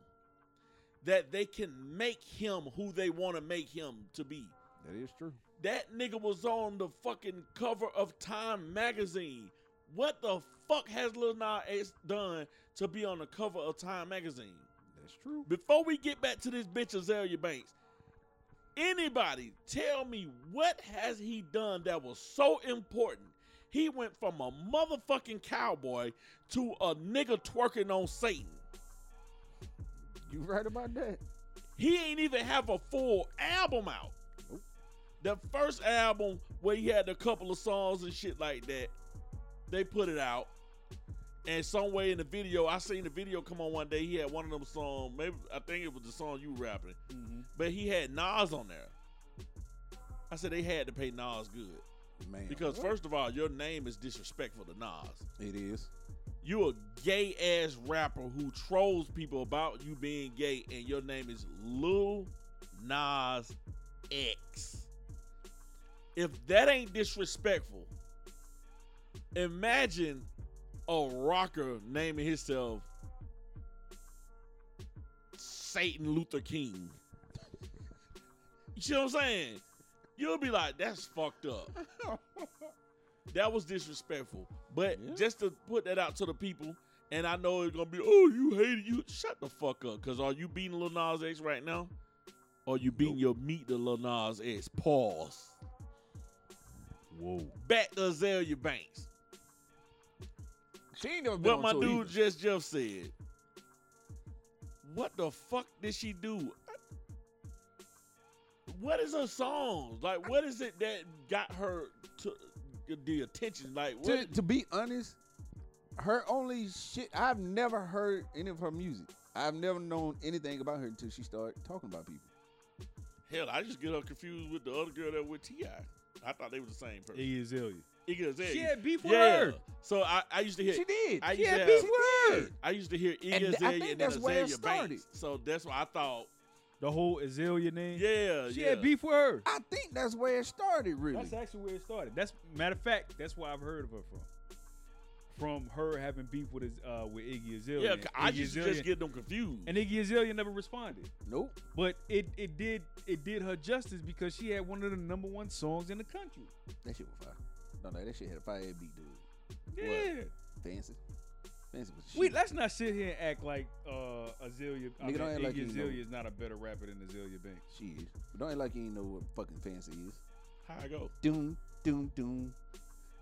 [SPEAKER 1] that they can make him who they want to make him to be.
[SPEAKER 2] That is true.
[SPEAKER 1] That nigga was on the fucking cover of Time magazine. What the fuck has Lil Nas X done to be on the cover of Time magazine?
[SPEAKER 2] That's true.
[SPEAKER 1] Before we get back to this bitch Azalea Banks, anybody tell me what has he done that was so important? He went from a motherfucking cowboy to a nigga twerking on Satan.
[SPEAKER 2] You right about that.
[SPEAKER 1] He ain't even have a full album out.
[SPEAKER 2] Nope.
[SPEAKER 1] The first album where he had a couple of songs and shit like that, they put it out. And somewhere in the video, I seen the video come on one day. He had one of them songs. Maybe I think it was the song you rapping,
[SPEAKER 2] Mm-hmm.
[SPEAKER 3] Mhm.
[SPEAKER 1] but he had Nas on there. I said they had to pay Nas good
[SPEAKER 2] Man.
[SPEAKER 1] because first of all, your name is disrespectful to Nas.
[SPEAKER 2] it is.
[SPEAKER 1] You a gay ass rapper who trolls people about you being gay, and your name is Lil Nas X. If that ain't disrespectful, imagine a rocker naming himself Satan Luther King. You see what I'm saying? You'll be like, that's fucked up. That was disrespectful. But
[SPEAKER 2] Yeah.
[SPEAKER 1] just to put that out to the people, and I know it's gonna be, oh, you hated you. Shut the fuck up. Cause are you beating Lil Nas X right now? Or you beating your meat to Lil Nas X? Pause.
[SPEAKER 2] Whoa.
[SPEAKER 1] Back to Azalea Banks.
[SPEAKER 2] She ain't never been
[SPEAKER 1] What my
[SPEAKER 2] on tour
[SPEAKER 1] dude
[SPEAKER 2] either.
[SPEAKER 1] just Jeff said. What the fuck did she do? What is her songs? Like what is it that got her to the attention? Like what
[SPEAKER 2] To, to be honest, her only shit. I've never heard any of her music. I've never known anything about her until she started talking about people.
[SPEAKER 1] Hell, I just get her confused with the other girl that with Ti. I thought they were the same person.
[SPEAKER 3] Iggy Azalea.
[SPEAKER 1] Iggy Azalea.
[SPEAKER 3] She had beef with
[SPEAKER 1] yeah.
[SPEAKER 3] her.
[SPEAKER 1] So I, I used to hear
[SPEAKER 2] She did.
[SPEAKER 1] I
[SPEAKER 2] she
[SPEAKER 1] used
[SPEAKER 2] had
[SPEAKER 1] to
[SPEAKER 2] beef
[SPEAKER 1] have-
[SPEAKER 2] with her.
[SPEAKER 1] I used to hear
[SPEAKER 2] And
[SPEAKER 1] Iggy
[SPEAKER 2] th- I
[SPEAKER 1] Azalea
[SPEAKER 2] think
[SPEAKER 1] and then
[SPEAKER 2] that's where it
[SPEAKER 1] Azalea Banks.
[SPEAKER 2] started.
[SPEAKER 1] So that's why I thought.
[SPEAKER 3] The whole Azalea name.
[SPEAKER 1] Yeah,
[SPEAKER 3] She
[SPEAKER 1] yeah.
[SPEAKER 3] had beef with her.
[SPEAKER 2] I think that's where it started, really.
[SPEAKER 3] That's actually where it started. That's matter of fact. That's where I've heard of her from. From her having beef with his, uh, with Iggy Azalea.
[SPEAKER 1] Yeah, I
[SPEAKER 3] Iggy
[SPEAKER 1] used to
[SPEAKER 3] Azalea-
[SPEAKER 1] just get them confused.
[SPEAKER 3] and Iggy Azalea never responded.
[SPEAKER 2] nope.
[SPEAKER 3] But it, it did it did her justice because she had one of the number one songs in the country.
[SPEAKER 2] That shit was fire. No, no, that shit had a fire beat, dude.
[SPEAKER 3] Yeah.
[SPEAKER 2] Fancy. Fancy was the
[SPEAKER 3] We
[SPEAKER 2] shit.
[SPEAKER 3] let's not sit here and act like uh Azalea I
[SPEAKER 2] Nigga,
[SPEAKER 3] mean,
[SPEAKER 2] don't act
[SPEAKER 3] Iggy
[SPEAKER 2] like you know.
[SPEAKER 3] Azalea is not a better rapper than Azalea Banks.
[SPEAKER 2] She is. But don't act like you ain't know what fucking fancy is.
[SPEAKER 1] How I go?
[SPEAKER 2] Doom, doom, doom.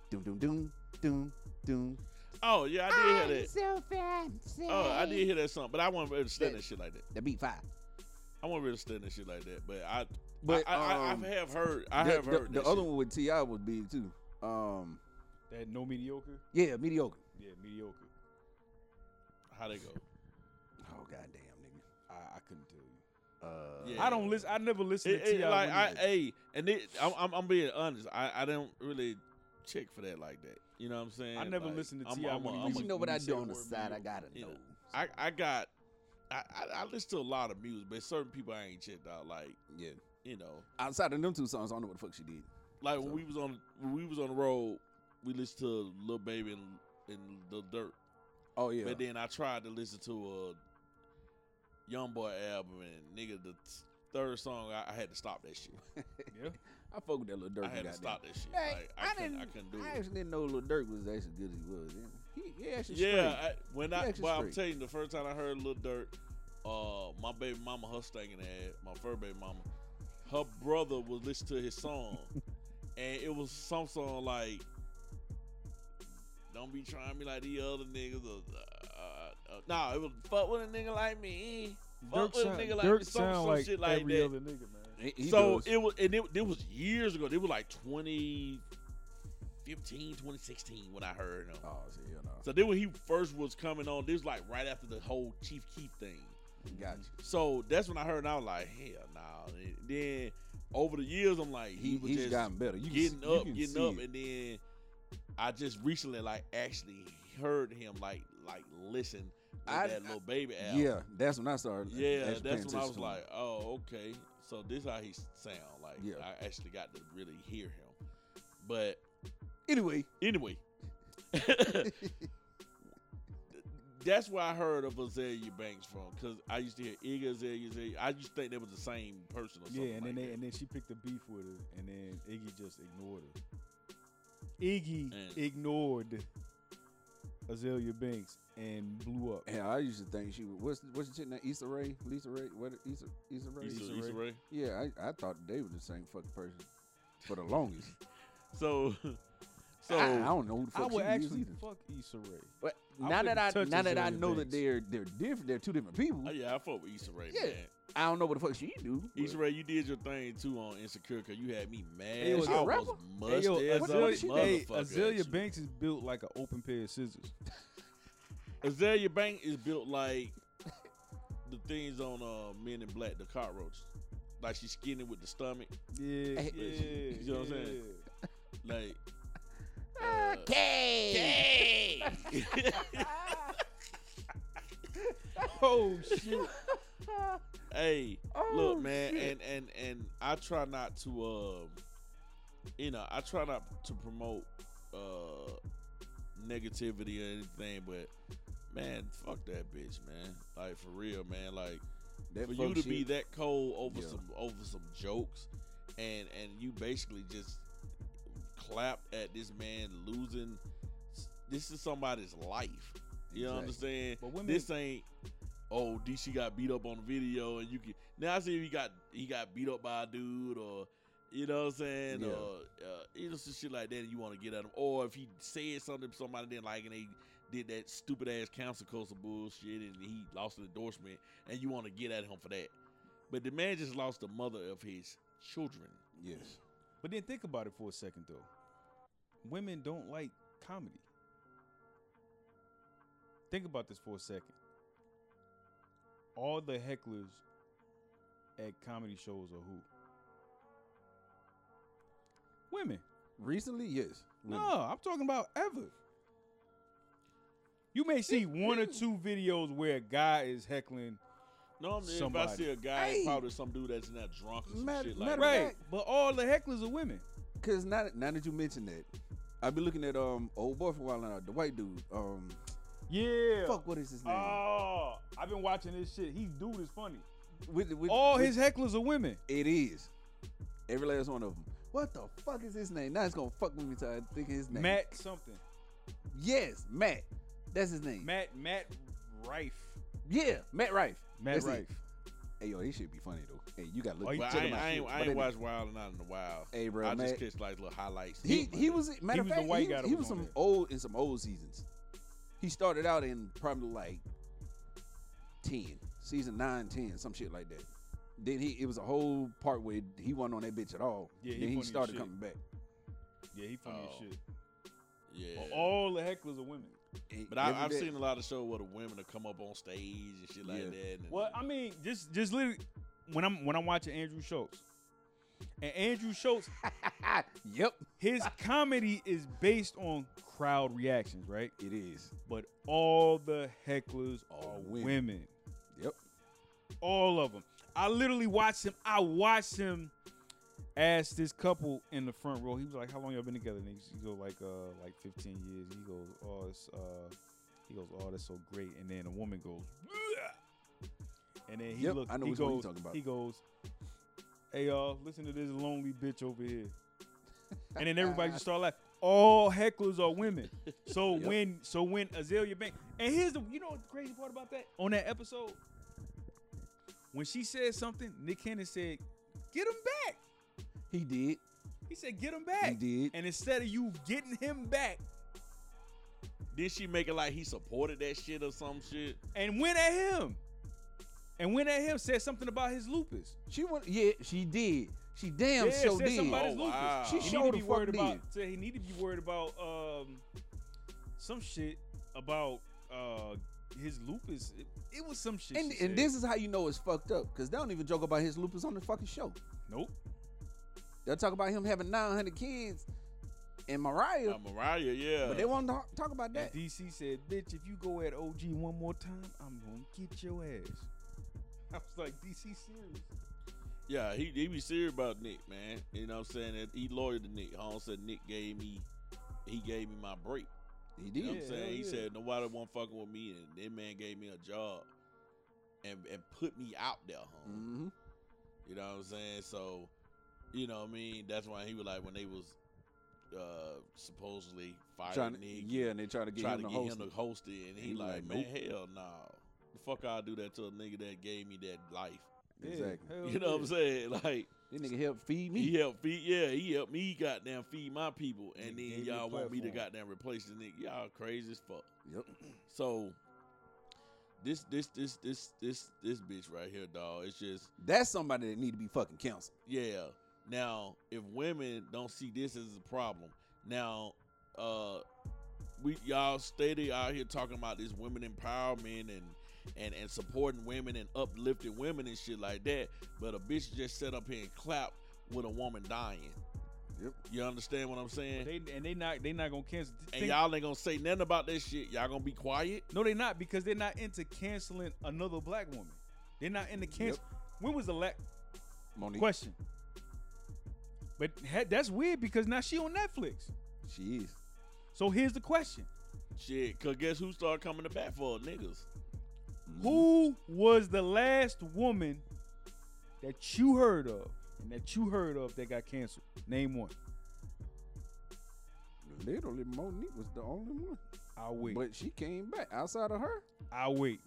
[SPEAKER 2] Doom, doom, doom, doom, doom.
[SPEAKER 1] Oh yeah, I did hear that.
[SPEAKER 2] so fancy.
[SPEAKER 1] Oh, I did hear that song, but I wasn't really understand that shit like that.
[SPEAKER 2] The beat five.
[SPEAKER 1] I wasn't really understand that shit like that. But I,
[SPEAKER 2] But
[SPEAKER 1] I, I,
[SPEAKER 2] um,
[SPEAKER 1] I have heard. I
[SPEAKER 2] the,
[SPEAKER 1] have
[SPEAKER 2] the-
[SPEAKER 1] heard
[SPEAKER 2] the,
[SPEAKER 1] that
[SPEAKER 2] other
[SPEAKER 1] shit.
[SPEAKER 2] one with Ti was big too. Um,
[SPEAKER 3] That no mediocre?
[SPEAKER 2] yeah, mediocre.
[SPEAKER 3] Yeah, mediocre.
[SPEAKER 1] How they go?
[SPEAKER 2] Oh goddamn, nigga.
[SPEAKER 3] I, I couldn't tell you.
[SPEAKER 2] Uh,
[SPEAKER 1] Yeah.
[SPEAKER 3] I don't listen I never listen
[SPEAKER 1] It,
[SPEAKER 3] to
[SPEAKER 1] it,
[SPEAKER 3] T.I.
[SPEAKER 1] like I,
[SPEAKER 3] Wonder.
[SPEAKER 1] hey, and it, I'm, I'm, I'm being honest. I, I don't really check for that like that. You know what I'm saying?
[SPEAKER 3] I never
[SPEAKER 1] Like,
[SPEAKER 3] listened to
[SPEAKER 1] I'm-
[SPEAKER 3] T.I.
[SPEAKER 1] I'm a-
[SPEAKER 3] when he
[SPEAKER 1] I'm
[SPEAKER 2] But
[SPEAKER 1] a-
[SPEAKER 2] you know what
[SPEAKER 3] when
[SPEAKER 2] I
[SPEAKER 3] you say
[SPEAKER 2] do on the
[SPEAKER 3] the word
[SPEAKER 2] side? I
[SPEAKER 3] mediocre.
[SPEAKER 2] gotta
[SPEAKER 1] You know,
[SPEAKER 2] know.
[SPEAKER 1] I, I got, I, I, I listen to a lot of music, but certain people I ain't checked out. Like
[SPEAKER 2] yeah.
[SPEAKER 1] you know,
[SPEAKER 2] Outside of them two songs, I don't know what the fuck she did.
[SPEAKER 1] like when
[SPEAKER 2] So-
[SPEAKER 1] we was on, when we was on the road, we listened to Lil Baby and, and the Dirt.
[SPEAKER 2] Oh yeah.
[SPEAKER 1] But then I tried to listen to a YoungBoy album, and nigga, the third song I, I had to stop that shit.
[SPEAKER 3] Yeah.
[SPEAKER 2] I fuck with that little dirt.
[SPEAKER 1] I had to stop that shit.
[SPEAKER 2] Hey,
[SPEAKER 1] like,
[SPEAKER 2] I
[SPEAKER 1] I, couldn't, I
[SPEAKER 2] didn't-
[SPEAKER 1] couldn't do
[SPEAKER 2] I
[SPEAKER 1] it.
[SPEAKER 2] actually didn't know Lil Durk was actually good as he was. He, he actually
[SPEAKER 1] Yeah,
[SPEAKER 2] straight.
[SPEAKER 1] I, when I
[SPEAKER 2] Yeah,
[SPEAKER 1] well,
[SPEAKER 2] it's
[SPEAKER 1] I'm
[SPEAKER 2] straight.
[SPEAKER 1] telling you, the first time I heard Lil Dirt, uh, my baby mama, her stinking ass, my fur baby mama, her brother was listening to his song, and it was some song like, "Don't be trying me like the other niggas." Or, uh, uh, nah, it was fuck with a nigga like me. Fuck
[SPEAKER 3] Dirk
[SPEAKER 1] with a
[SPEAKER 3] sound,
[SPEAKER 1] nigga like
[SPEAKER 3] Dirk
[SPEAKER 1] me. Some,
[SPEAKER 3] sound
[SPEAKER 1] some
[SPEAKER 3] like
[SPEAKER 1] shit like
[SPEAKER 3] every
[SPEAKER 1] that.
[SPEAKER 3] other nigga, man.
[SPEAKER 2] He- he
[SPEAKER 1] so
[SPEAKER 2] does.
[SPEAKER 1] it was, and it, it was years ago. They were like 2015, 2016 when I heard them.
[SPEAKER 2] Oh, so you know.
[SPEAKER 1] So then when he first was coming on, this was like right after the whole Chief Keef thing.
[SPEAKER 2] Got
[SPEAKER 1] So that's when I heard, and I was like, hell no. And then over the years, I'm like,
[SPEAKER 2] you.
[SPEAKER 1] he,
[SPEAKER 2] He,
[SPEAKER 1] was
[SPEAKER 2] he's
[SPEAKER 1] just
[SPEAKER 2] gotten better. You can
[SPEAKER 1] getting
[SPEAKER 2] see- you
[SPEAKER 1] up,
[SPEAKER 2] can
[SPEAKER 1] getting
[SPEAKER 2] see
[SPEAKER 1] up,
[SPEAKER 2] it.
[SPEAKER 1] and then I just recently like actually heard him like like listen to
[SPEAKER 2] I-
[SPEAKER 1] that
[SPEAKER 2] I-
[SPEAKER 1] little baby album.
[SPEAKER 2] yeah, that's when I started. like,
[SPEAKER 1] Yeah,
[SPEAKER 2] actually paying
[SPEAKER 1] that's when I
[SPEAKER 2] attention
[SPEAKER 1] was
[SPEAKER 2] to him.
[SPEAKER 1] like, oh, okay. So this how he sound like.
[SPEAKER 2] Yeah.
[SPEAKER 1] I actually got to really hear him. But
[SPEAKER 2] Anyway,
[SPEAKER 1] anyway, that's where I heard of Azalea Banks from because I used to hear Iggy Azalea. Azalea. I used to think they was the same person or something.
[SPEAKER 3] Yeah, and then
[SPEAKER 1] like
[SPEAKER 3] they,
[SPEAKER 1] that.
[SPEAKER 3] and then she picked a beef with her, and then Iggy just ignored her. Iggy
[SPEAKER 1] And-
[SPEAKER 3] ignored Azalea Banks and blew up.
[SPEAKER 2] yeah, I used to think she was what's what's the chick now? Issa Rae, Lisa Ray, what Issa Issa Rae?
[SPEAKER 1] Issa-
[SPEAKER 3] Issa
[SPEAKER 1] Issa Rae.
[SPEAKER 2] Yeah, I, I thought they were the same fucking person for the longest.
[SPEAKER 1] So, so
[SPEAKER 2] I, I don't know who the
[SPEAKER 3] I
[SPEAKER 2] fuck
[SPEAKER 3] would
[SPEAKER 2] she is
[SPEAKER 3] actually
[SPEAKER 2] either.
[SPEAKER 3] fuck Issa Rae.
[SPEAKER 2] But
[SPEAKER 3] I
[SPEAKER 2] now that
[SPEAKER 3] wouldn't
[SPEAKER 2] I
[SPEAKER 3] touch
[SPEAKER 2] now that I
[SPEAKER 3] Azalea
[SPEAKER 2] know that
[SPEAKER 3] Banks.
[SPEAKER 2] they're they're different, they're two different people.
[SPEAKER 1] oh, yeah, I fuck with Issa Rae.
[SPEAKER 2] Yeah.
[SPEAKER 1] man.
[SPEAKER 2] I don't know what the fuck she do. but-
[SPEAKER 1] Issa Rae, you did your thing too on Insecure because you had me mad.
[SPEAKER 3] Hey, yo,
[SPEAKER 1] I
[SPEAKER 3] she a
[SPEAKER 1] was
[SPEAKER 2] rapper?
[SPEAKER 1] musty as
[SPEAKER 2] what
[SPEAKER 1] a
[SPEAKER 2] the fuck she-
[SPEAKER 3] hey,
[SPEAKER 1] motherfucker.
[SPEAKER 3] Azalea
[SPEAKER 1] actually.
[SPEAKER 3] Banks is built like an open pair of scissors.
[SPEAKER 1] Azalea Bank is built like the things on uh, Men in Black, the cockroach. Like she's skinny with the stomach.
[SPEAKER 3] Yeah,
[SPEAKER 2] Hey,
[SPEAKER 3] yeah,
[SPEAKER 1] you know what I'm saying?
[SPEAKER 3] yeah.
[SPEAKER 1] Like uh,
[SPEAKER 2] Okay.
[SPEAKER 3] Oh shit!
[SPEAKER 1] hey,
[SPEAKER 2] Oh,
[SPEAKER 1] look, man,
[SPEAKER 2] shit.
[SPEAKER 1] and and and I try not to, um, you know, I try not to promote uh, negativity or anything, but man, fuck that bitch, man. Like for real, man. Like
[SPEAKER 2] That
[SPEAKER 1] for
[SPEAKER 2] fuck
[SPEAKER 1] you to be
[SPEAKER 2] shit.
[SPEAKER 1] that cold over
[SPEAKER 2] Yeah.
[SPEAKER 1] some over some jokes and and you basically just clapped at this man losing this is somebody's life you know what i'm
[SPEAKER 2] Exactly.
[SPEAKER 1] saying
[SPEAKER 3] But women-
[SPEAKER 1] this ain't oh dc got beat up on the video and you can now i see he got he got beat up by a dude or you know what i'm saying
[SPEAKER 2] Yeah.
[SPEAKER 1] or uh, you know some shit like that and you want to get at him or if he said something somebody didn't like and they did that stupid ass council coastal bullshit and he lost an endorsement and you want to get at him for that but the man just lost the mother of his children
[SPEAKER 2] Yes.
[SPEAKER 3] But then think about it for a second though. Women don't like comedy. Think about this for a second. All the hecklers at comedy shows are who? Women.
[SPEAKER 2] Recently, yes.
[SPEAKER 3] No, I'm talking about ever. You may see one or two videos where a guy is heckling,
[SPEAKER 1] Normally, if I
[SPEAKER 3] Somebody.
[SPEAKER 1] see a guy, it's
[SPEAKER 2] Hey.
[SPEAKER 1] probably some dude that's not drunk or some
[SPEAKER 2] Matter-
[SPEAKER 1] shit like
[SPEAKER 2] matter-
[SPEAKER 1] that.
[SPEAKER 3] right? But all the hecklers are women.
[SPEAKER 2] Because now, that- now that you mention that, I've been looking at um old boy from Wild Out, the white dude. Um,
[SPEAKER 3] Yeah.
[SPEAKER 2] fuck, what is his name?
[SPEAKER 3] Oh, I've been watching this shit. He dude is funny.
[SPEAKER 2] with, with,
[SPEAKER 3] All
[SPEAKER 2] with-
[SPEAKER 3] his hecklers are women.
[SPEAKER 2] It is. Every last one of them. What the fuck is his name? Now it's gonna fuck with me till I think of his name.
[SPEAKER 3] Matt something.
[SPEAKER 2] Yes, Matt. That's his name.
[SPEAKER 3] Matt Matt Rife.
[SPEAKER 2] Yeah, Matt Rife.
[SPEAKER 3] Matt
[SPEAKER 2] That's it.
[SPEAKER 3] Rife.
[SPEAKER 2] Hey yo, this should be funny though. Hey, you gotta look.
[SPEAKER 3] Oh, you
[SPEAKER 1] But
[SPEAKER 3] took
[SPEAKER 1] I ain't,
[SPEAKER 3] him out.
[SPEAKER 1] I ain't, I
[SPEAKER 2] But
[SPEAKER 1] ain't
[SPEAKER 2] it-
[SPEAKER 1] watched Wild and Out in a while.
[SPEAKER 2] Hey, bro,
[SPEAKER 1] I
[SPEAKER 2] Matt-
[SPEAKER 1] just catch like little highlights.
[SPEAKER 2] He he was matter of
[SPEAKER 3] was the
[SPEAKER 2] fact,
[SPEAKER 3] white
[SPEAKER 2] he,
[SPEAKER 3] guy that
[SPEAKER 2] he
[SPEAKER 3] was
[SPEAKER 2] was
[SPEAKER 3] on
[SPEAKER 2] some
[SPEAKER 3] there.
[SPEAKER 2] old in some old seasons. He started out in probably like ten, season nine, ten, some shit like that. Then he it was a whole part where he wasn't on that bitch at all.
[SPEAKER 3] Yeah,
[SPEAKER 2] then
[SPEAKER 3] he funny
[SPEAKER 2] he
[SPEAKER 3] as
[SPEAKER 2] started
[SPEAKER 3] shit.
[SPEAKER 2] coming back.
[SPEAKER 3] Yeah, he funny
[SPEAKER 1] Oh.
[SPEAKER 3] as shit.
[SPEAKER 1] yeah.
[SPEAKER 3] But all the hecklers are women.
[SPEAKER 2] And
[SPEAKER 1] But I,
[SPEAKER 2] every
[SPEAKER 1] I've
[SPEAKER 2] day-
[SPEAKER 1] seen a lot of shows where the women will come up on stage and shit like
[SPEAKER 2] Yeah.
[SPEAKER 1] that. And,
[SPEAKER 3] Well, I mean, just just literally when I'm when I'm watching Andrew Schultz. And Andrew Schultz,
[SPEAKER 2] Yep,
[SPEAKER 3] his comedy is based on crowd reactions, right?
[SPEAKER 2] it is.
[SPEAKER 3] But all the hecklers
[SPEAKER 2] All
[SPEAKER 3] are
[SPEAKER 2] women.
[SPEAKER 3] women.
[SPEAKER 2] Yep.
[SPEAKER 3] all of them. I literally watched him. I watched him ask this couple in the front row. He was like, "How long y'all been together?" And he go like, "Uh, like 15 years." He goes, "Oh, it's uh," he goes, "Oh, that's so great." And then the woman goes, "Bleh." and then he
[SPEAKER 2] Yep,
[SPEAKER 3] looked.
[SPEAKER 2] I know
[SPEAKER 3] he
[SPEAKER 2] which one you
[SPEAKER 3] goes,
[SPEAKER 2] talking about.
[SPEAKER 3] He goes, "Hey y'all, listen to this lonely bitch over here." And then everybody just start laughing. All hecklers are women. So
[SPEAKER 2] Yep.
[SPEAKER 3] when so when Azalea Banks and here's the you know what the crazy part about that on that episode when she said something Nick Cannon said get him back
[SPEAKER 2] He did.
[SPEAKER 3] he said get him back
[SPEAKER 2] He did.
[SPEAKER 3] and instead of you getting him back
[SPEAKER 1] did she make it like he supported that shit or some shit?
[SPEAKER 3] and went at him and went at him said something about his lupus
[SPEAKER 2] She went. Yeah, she did. She damn
[SPEAKER 3] yeah
[SPEAKER 2] so
[SPEAKER 3] said
[SPEAKER 2] did.
[SPEAKER 3] something about
[SPEAKER 1] Oh,
[SPEAKER 3] his lupus
[SPEAKER 1] wow.
[SPEAKER 2] She
[SPEAKER 1] He
[SPEAKER 3] he
[SPEAKER 2] sure
[SPEAKER 3] need
[SPEAKER 2] the
[SPEAKER 3] to be
[SPEAKER 2] fuck
[SPEAKER 3] worried
[SPEAKER 2] did.
[SPEAKER 3] about said he need to be worried about um some shit about uh his lupus it, it was some shit
[SPEAKER 2] and
[SPEAKER 3] she
[SPEAKER 2] and
[SPEAKER 3] said.
[SPEAKER 2] this is how you know it's fucked up because they don't even joke about his lupus on the fucking show.
[SPEAKER 3] nope
[SPEAKER 2] They'll talk about him having 900 kids and Mariah,
[SPEAKER 1] Uh, Mariah, yeah.
[SPEAKER 2] but they won't talk talk about
[SPEAKER 3] And
[SPEAKER 2] that.
[SPEAKER 3] DC said, "Bitch, if you go at OG one more time, I'm gonna get your ass." I was like, "DC serious?"
[SPEAKER 1] Yeah, he, he be serious about Nick, man. You know what I'm saying? And he loyal to Nick. Holmes said Nick gave me he gave me my break.
[SPEAKER 2] He
[SPEAKER 1] You know what I'm
[SPEAKER 2] did.
[SPEAKER 3] Yeah,
[SPEAKER 1] saying?
[SPEAKER 3] hell
[SPEAKER 1] He
[SPEAKER 3] yeah.
[SPEAKER 1] said nobody won't fucking with me and that man gave me a job and and put me out there, home.
[SPEAKER 2] hmm
[SPEAKER 1] You know what I'm saying? So, you know what I mean? That's why he was like when they was uh supposedly
[SPEAKER 2] Trying
[SPEAKER 1] firing
[SPEAKER 2] to,
[SPEAKER 1] Nick
[SPEAKER 2] yeah, and they try to get
[SPEAKER 1] try
[SPEAKER 2] him
[SPEAKER 1] to
[SPEAKER 2] to
[SPEAKER 1] get
[SPEAKER 2] host.
[SPEAKER 1] him
[SPEAKER 2] it.
[SPEAKER 1] to host it, and he,
[SPEAKER 2] He
[SPEAKER 1] like,
[SPEAKER 2] like,
[SPEAKER 1] man, hell no, the fuck I do that to a nigga that gave me that life.
[SPEAKER 3] Yeah,
[SPEAKER 2] Exactly.
[SPEAKER 3] hell
[SPEAKER 1] You know what I'm
[SPEAKER 3] yeah.
[SPEAKER 1] saying? Like
[SPEAKER 2] This nigga helped feed me.
[SPEAKER 1] he helped feed, yeah, he helped me goddamn feed my people, and
[SPEAKER 3] Nigga
[SPEAKER 1] then
[SPEAKER 3] gave you a
[SPEAKER 1] y'all want me to
[SPEAKER 3] platform.
[SPEAKER 1] goddamn replace the nigga. Y'all crazy as fuck.
[SPEAKER 2] Yep.
[SPEAKER 1] So this this this this this this bitch right here, dog. It's just
[SPEAKER 2] That's somebody that need to be fucking counseled.
[SPEAKER 1] yeah. Now, if women don't see this as a problem, now uh we y'all steady out here talking about this women empowerment and and and supporting women and uplifting women and shit like that, but a bitch just set up here and clap with a woman dying.
[SPEAKER 2] Yep.
[SPEAKER 1] You understand what I'm saying?
[SPEAKER 3] They, and they not they not gonna cancel.
[SPEAKER 1] and
[SPEAKER 3] Think-
[SPEAKER 1] y'all ain't gonna say nothing about that shit. Y'all gonna be quiet.
[SPEAKER 3] No, they not because they're not into canceling another black woman. They're not into cancel. When was the last
[SPEAKER 2] Monique,
[SPEAKER 3] question? But he- that's weird because now she on Netflix.
[SPEAKER 2] she is.
[SPEAKER 3] So here's the question:
[SPEAKER 1] Shit, cause guess who started coming to bat for niggas? Mm-hmm.
[SPEAKER 2] Mm-hmm.
[SPEAKER 3] Who was the last woman that you heard of and that you heard of that got canceled? Name one.
[SPEAKER 2] Literally, Monique was the only one.
[SPEAKER 3] I'll wait.
[SPEAKER 2] But she came back. Outside of her,
[SPEAKER 3] I'll wait.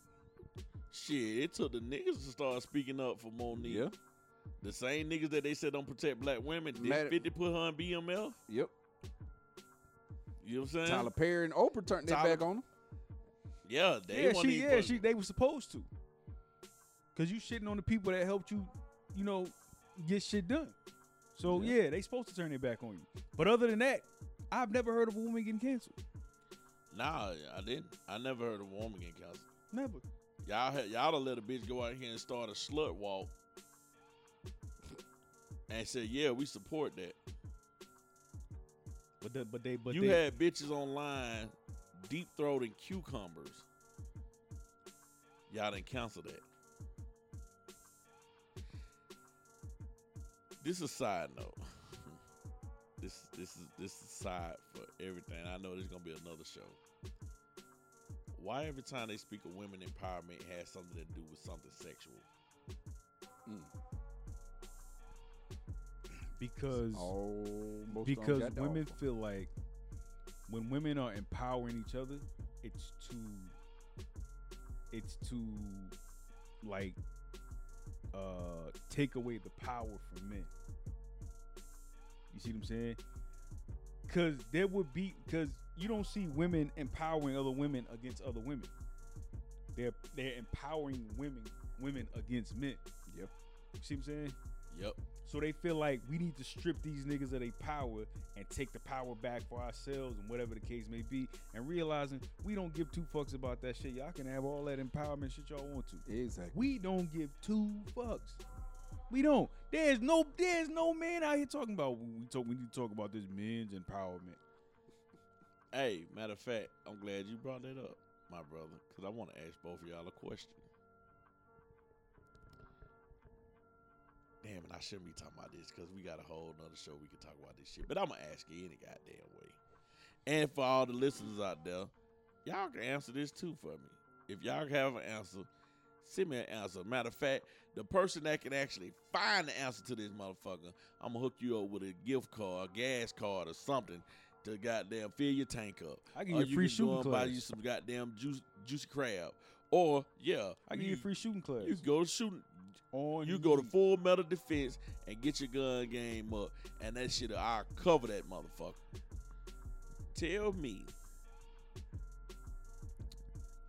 [SPEAKER 1] Shit, it took the niggas to start speaking up for Monique.
[SPEAKER 2] yeah,
[SPEAKER 1] The same niggas that they said don't protect black women, did
[SPEAKER 2] Matter-
[SPEAKER 1] 50 put her in BML?
[SPEAKER 2] yep.
[SPEAKER 1] You know what I'm saying?
[SPEAKER 2] Tyler Perry and Oprah turned their
[SPEAKER 1] Tyler-
[SPEAKER 2] back on him.
[SPEAKER 1] Yeah, they
[SPEAKER 3] yeah,
[SPEAKER 1] wasn't
[SPEAKER 3] she.
[SPEAKER 1] even
[SPEAKER 3] Yeah,
[SPEAKER 1] put-
[SPEAKER 3] she. They were supposed to. Cause you shitting on the people that helped you, you know, get shit done. So yeah,
[SPEAKER 2] Yeah.
[SPEAKER 3] they supposed to turn their back on you. But other than that, I've never heard of a woman getting canceled.
[SPEAKER 1] Nah, I didn't. I never heard of a woman getting canceled.
[SPEAKER 3] Never.
[SPEAKER 1] Y'all, had, y'all done let a bitch go out here and start a slut walk and say, yeah, we support that.
[SPEAKER 3] But the, but they but
[SPEAKER 1] you
[SPEAKER 3] they,
[SPEAKER 1] had bitches online deep throating cucumbers. Y'all didn't cancel that. This is a side note. this this is this is side for everything. I know there's gonna be another show. Why every time they speak of women empowerment it has something to do with something sexual?
[SPEAKER 3] because
[SPEAKER 2] Almost
[SPEAKER 3] because
[SPEAKER 2] got the
[SPEAKER 3] women
[SPEAKER 2] offer.
[SPEAKER 3] feel like when women are empowering each other, it's too it's too like uh take away the power from men. You see what I'm saying? Cause there would be cause you don't see women empowering other women against other women. They're they're empowering women women against men.
[SPEAKER 2] Yep.
[SPEAKER 3] You see what I'm saying?
[SPEAKER 1] Yep.
[SPEAKER 3] So they feel like we need to strip these niggas of their power and take the power back for ourselves and whatever the case may be, and realizing we don't give two fucks about that shit. Y'all can have all that empowerment shit y'all want to.
[SPEAKER 2] exactly.
[SPEAKER 3] We don't give two fucks. We don't. There's no there's no man out here talking about we talk we need to talk about this men's empowerment.
[SPEAKER 1] Hey, matter of fact, I'm glad you brought that up, my brother, because I want to ask both of y'all a question. Damn it, I shouldn't be talking about this because we got a whole nother show we can talk about this shit. But I'm gonna ask you any goddamn way. And for all the listeners out there, y'all can answer this too for me. If y'all have an answer, send me an answer. Matter of fact, the person that can actually find the answer to this motherfucker, I'm gonna hook you up with a gift card, a gas card, or something to goddamn fill your tank up.
[SPEAKER 3] I give
[SPEAKER 1] Or
[SPEAKER 3] you a free
[SPEAKER 1] can go
[SPEAKER 3] shooting
[SPEAKER 1] and buy
[SPEAKER 3] class.
[SPEAKER 1] Oh, you some goddamn juice, juicy crab. Or yeah,
[SPEAKER 3] I give you a free shooting class.
[SPEAKER 1] You go to shooting.
[SPEAKER 3] on
[SPEAKER 1] You go to
[SPEAKER 3] me.
[SPEAKER 1] full metal defense and get your gun game up, and that shit I cover that motherfucker. Tell me